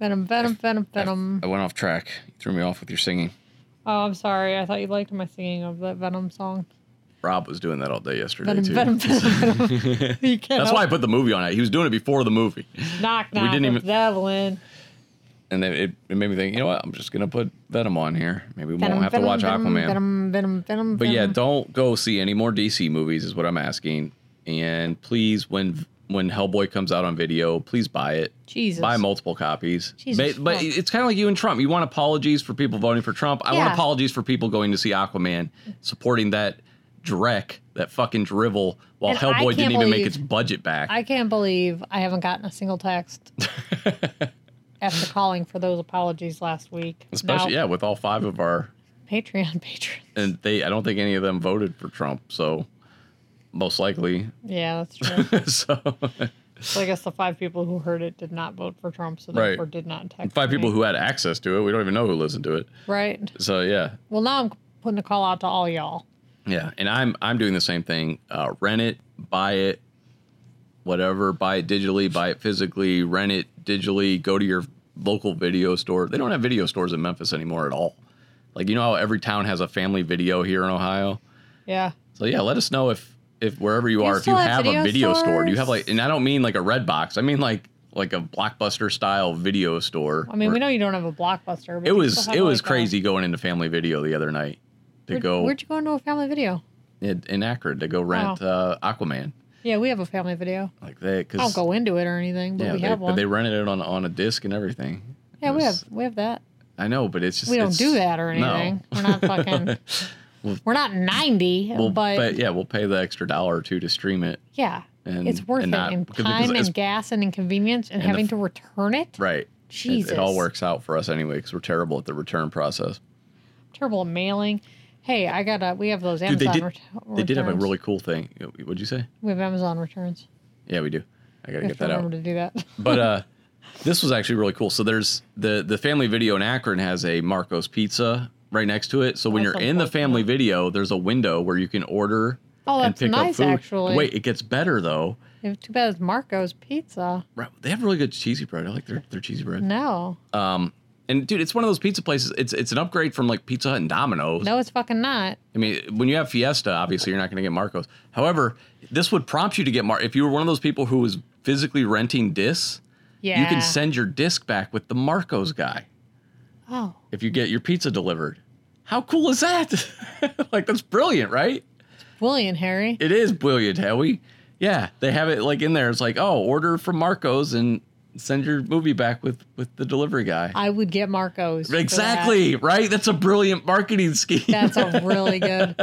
Venom, Venom, Venom,
I-
Venom.
I went off track. You threw me off with your singing.
Oh, I'm sorry. I thought you liked my singing of that Venom song.
Rob was doing that all day yesterday
Venom,
too.
Venom, Venom, Venom.
[laughs]
[laughs] You can't
That's why I
help-
put the movie on it. He was doing it before the movie,
knock
we
knock.
didn't
with
even-
Devlin.
and then it, it made me think. You know what? I'm just gonna put Venom on here. Maybe we
Venom,
won't have
Venom,
to watch
Venom,
Aquaman.
Venom, Venom, Venom.
But yeah,
Venom.
don't go see any more DC movies is what I'm asking. And please, when when Hellboy comes out on video, please buy it.
Jesus.
Buy multiple copies.
Jesus
but, but
Christ.
it's kind of like you and Trump. You want apologies for people voting for Trump. I want
Yeah.
apologies for people going to see Aquaman, supporting that dreck, that fucking drivel, while
And I
Hellboy didn't
can't
even make
believe-
its budget back.
I can't believe I haven't gotten a single
[laughs]
text after calling for those apologies last week.
Especially yeah, with all five of our
yeah. Patreon, [laughs] Patreon.
and they I don't think any of them voted for Trump, so most likely. [laughs]
Yeah, that's true.
so
so I guess the five people who heard it did not vote for Trump, so
Right.
therefore did not text.
five
me.
people who had access to it, we don't even know who listened to it.
Right.
So yeah.
Well, now I'm putting a call out to all y'all.
Yeah. And I'm I'm doing the same thing. Uh rent it, buy it, whatever, buy it digitally, buy it physically, rent it digitally, go to your local video store. They don't have video stores in Memphis anymore at all. Like you know how every town has a family video here in Ohio?
Yeah.
So yeah, let us know if if wherever you,
you
are, if you
still have
have a
video
video store, do you have
stores?
like, and I don't mean like a red box, I mean like like a blockbuster style video store.
I mean,
Or-
we know you don't have a blockbuster. But
it
you
was
still have,
it was
like, a-
crazy going into Family Video the other night to
Where'd-
go
Where'd you go into a family video?
in, in Akron to go rent uh, Aquaman
Yeah, we have a family video.
like they
I don't
because
go into it or anything, but
yeah
we
they,
have
but
one.
they rented it on on a disc and everything.
yeah,
It
we
was-
have we have that.
I know, but it's just
We don't
it's-
do that or
no.
anything. We're not
[laughs]
fucking. we're not ninety,
Well,
but,
but yeah, we'll pay the extra dollar or two to stream it.
yeah,
And
it's worth
and
it
not-
in
because- because
time
it's-
and gas and inconvenience and,
And the
having
f-
to return it.
Right. It-
Jesus,
It, all works out for us anyway because we're terrible at the return process.
Terrible mailing. Hey, I gotta. We have those Amazon.
they did-
ret- returns.
They did have a really cool thing. What'd you say?
We have Amazon returns.
Yeah, we do. I
We
gotta get
have to
that out.
remember to do that. [laughs]
But uh, this was actually really cool. So there's the the family video in Akron has a Marco's Pizza right next to it. So when
That's
you're in the family video, there's a window where you can order
Oh,
and
that's
pick
nice.
up food.
Actually,
Wait, it gets better though.
Too bad it's Marco's Pizza.
Right, They have really good cheesy bread. I like their their cheesy bread.
No,
Um, and dude, it's one of those pizza places. It's it's an upgrade from like Pizza Hut and Domino's.
no, it's fucking not.
I mean, when you have Fiesta, obviously you're not going to get Marcos. However, this would prompt you to get Mar. If you were one of those people who was physically renting discs,
Yeah,
you can send your disc back with the Marcos guy.
Oh,
if you get your pizza delivered. How cool is that? [laughs] like that's brilliant, right?
William Harry.
It is brilliant, Howie. Yeah, they have it like in there. It's like, oh, order from Marco's and send your movie back with with the delivery guy.
I would get Marcos. for that.
exactly right. That's a brilliant marketing [laughs] scheme.
That's a really good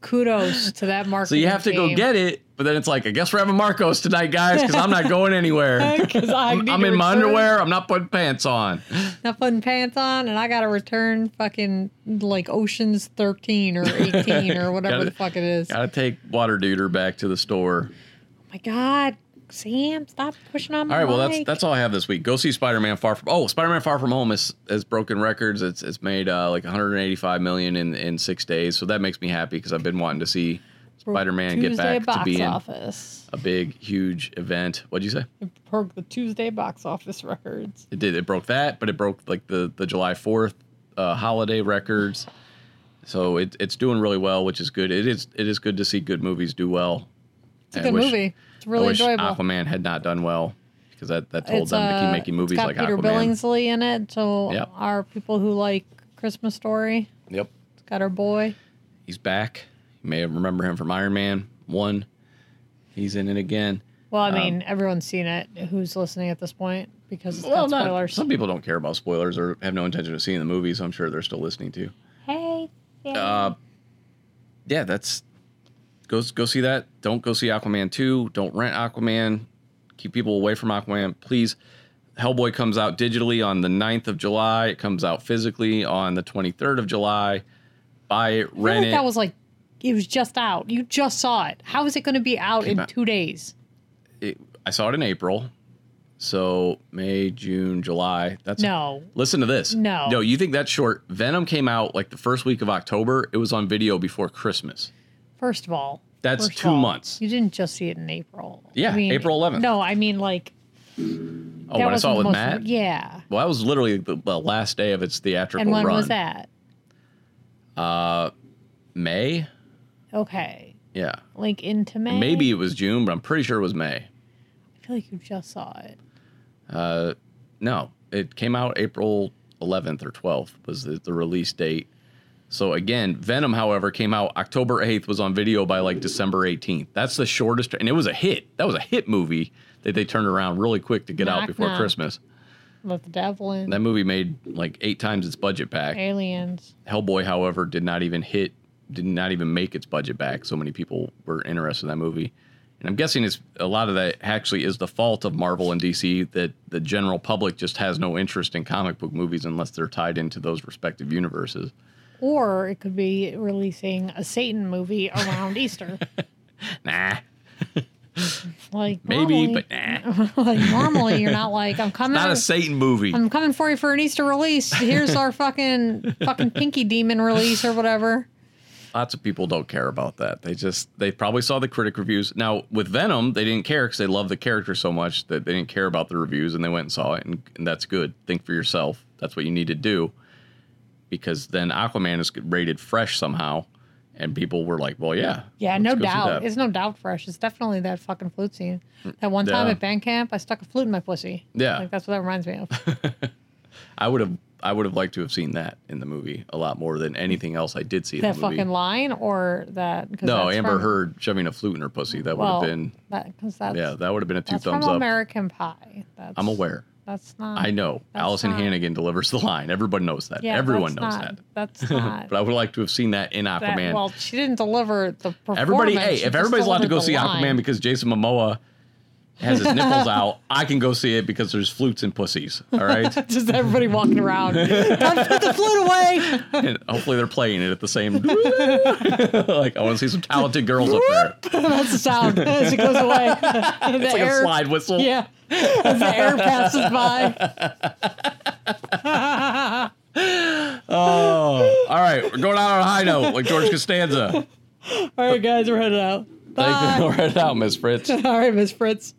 kudos to that marketing.
so you have to go get it, but then it's like, I guess we're having Marco's tonight, guys, because
[laughs]
I'm not going anywhere.
because I'm,
I'm, I'm in my underwear. I'm not putting pants on.
not putting pants on, and I got to return fucking like Ocean's 13 or 18
[laughs]
or whatever the
Gotta-
fuck it is.
Gotta take water duder back to the store.
my God, Sam, stop pushing on my
All right, well that's
mic.
that's all I have this week. Go see Spider-Man Far From Oh, Spider-Man Far From Home has has broken records. It's it's made uh, like 185 million in in 6 days. So that makes me happy cuz I've been wanting to see Spider-Man get
Tuesday
back
box
to being
office.
a big huge event. What'd you say?
It broke the Tuesday box office records.
It did it broke that, but it broke like the the July 4th uh, holiday records. So it, it's doing really well, which is good. It is it is good to see good movies do well.
It's a good movie. It's really
I wish
enjoyable.
Aquaman had not done well because that, that told
it's,
them to
uh,
keep making movies
it's got
like
Peter
Aquaman.
Billingsley in it. So
Yep.
our people who like Christmas Story,
Yep.
it's got our boy.
He's back. You may remember him from Iron Man 1. He's in it again.
Well, I mean, everyone's seen it. Who's listening at this point? Because it's got
not,
spoilers.
some people don't care about spoilers or have no intention of seeing the movie, so I'm sure they're still listening to.
hey,
Uh, yeah, that's go go see that. Don't go see Aquaman two. Don't rent Aquaman. Keep people away from Aquaman, please. Hellboy comes out digitally on the 9th of July. It comes out physically on the 23rd of July. Buy it,
I feel
rent
like that
it.
was like it was just out. You just saw it. How is it going to be out in
out-
two days?
it. I saw it in April. So May, June, July. That's
No,
Listen to this.
No.
No, you think that's short. Venom came out like the first week of October. It was on video before Christmas.
first of all,
That's
first of
two
all,
months.
You didn't just see it in April.
Yeah, April 11th.
No, I mean like
Oh,
that
when I
was
saw it
the
with
most,
Matt?
Yeah,
Well, that was literally the, the last day of its theatrical
and when
run.
was that?
May?
Okay,
Yeah.
like into May.
Maybe it was June, but I'm pretty sure it was May.
I feel like you just saw it.
No, it came out April 11th or 12th was the, the release date. So again, Venom, however, came out October 8th, was on video by like December 18th. That's the shortest, and it was a hit. That was a hit movie that they turned around really quick to get out
Knock,
before
knock.
Christmas.
Let the devil in.
That movie made like eight times its budget back.
Aliens.
Hellboy, however, did not even hit, did not even make its budget back. So many people were interested in that movie. And I'm guessing it's a lot of that actually is the fault of Marvel and DC that the general public just has no interest in comic book movies unless they're tied into those respective universes.
Or it could be releasing a Satan movie around [laughs] Easter.
Nah,
Like
maybe,
normally-
but nah.
[laughs] like normally you're not like
[laughs]
I'm coming.
Not a Satan movie.
I'm coming for you for an Easter release. Here's our fucking fucking Pinky Demon release or whatever.
Lots of people don't care about that. They just they probably saw the critic reviews. Now with Venom, they didn't care because they love the character so much that they didn't care about the reviews and they went and saw it, and, and that's good. Think for yourself. That's what you need to do. Because then Aquaman is rated fresh somehow, and people were like, "Well, yeah,
Yeah,
let's
no
go see
doubt.
that.
It's no doubt fresh. It's definitely that fucking flute scene. That one time
Yeah.
at band camp, I stuck a flute in my pussy.
Yeah.
like that's what that reminds
[laughs]
me of.
I would have I would have liked to have seen that in the movie a lot more than anything else I did see in
that
the movie.
fucking line or that. 'cause
no,
that's
Amber
from-
Heard shoving a flute in her pussy. That would
Well,
have been
that because that's
yeah, that would have been a two
that's
thumbs
from
up.
American Pie. That's,
I'm aware.
That's not.
I know.
That's
Allison
not-
Hannigan delivers the line. Everybody knows that.
Yeah,
Everyone
that's
knows
not-
that. [laughs]
That's not.
But I would like to have seen that in Aquaman.
that, well, she didn't deliver the performance.
Everybody,
she
hey, if
just
everybody's allowed to
delivered
go
the
see
line.
Aquaman because Jason Momoa has
[laughs]
his nipples out, I can go see it because there's flutes and pussies.
[laughs]
All right.
just everybody walking
[laughs]
around. Don't put the flute away.
and hopefully they're playing it at the same. [laughs] like I want to see some talented girls up
[laughs]
there.
That's the
[laughs]
sound as it goes away. the
It's like a
air,
slide whistle.
Yeah, as the air passes by.
Oh, all right. We're going out on a high note,
[laughs]
like George Costanza.
All right, guys, we're headed out.
Thank
Bye. [laughs]
[laughs] you. We're headed out, Miss Fritz.
All right, Miss Fritz.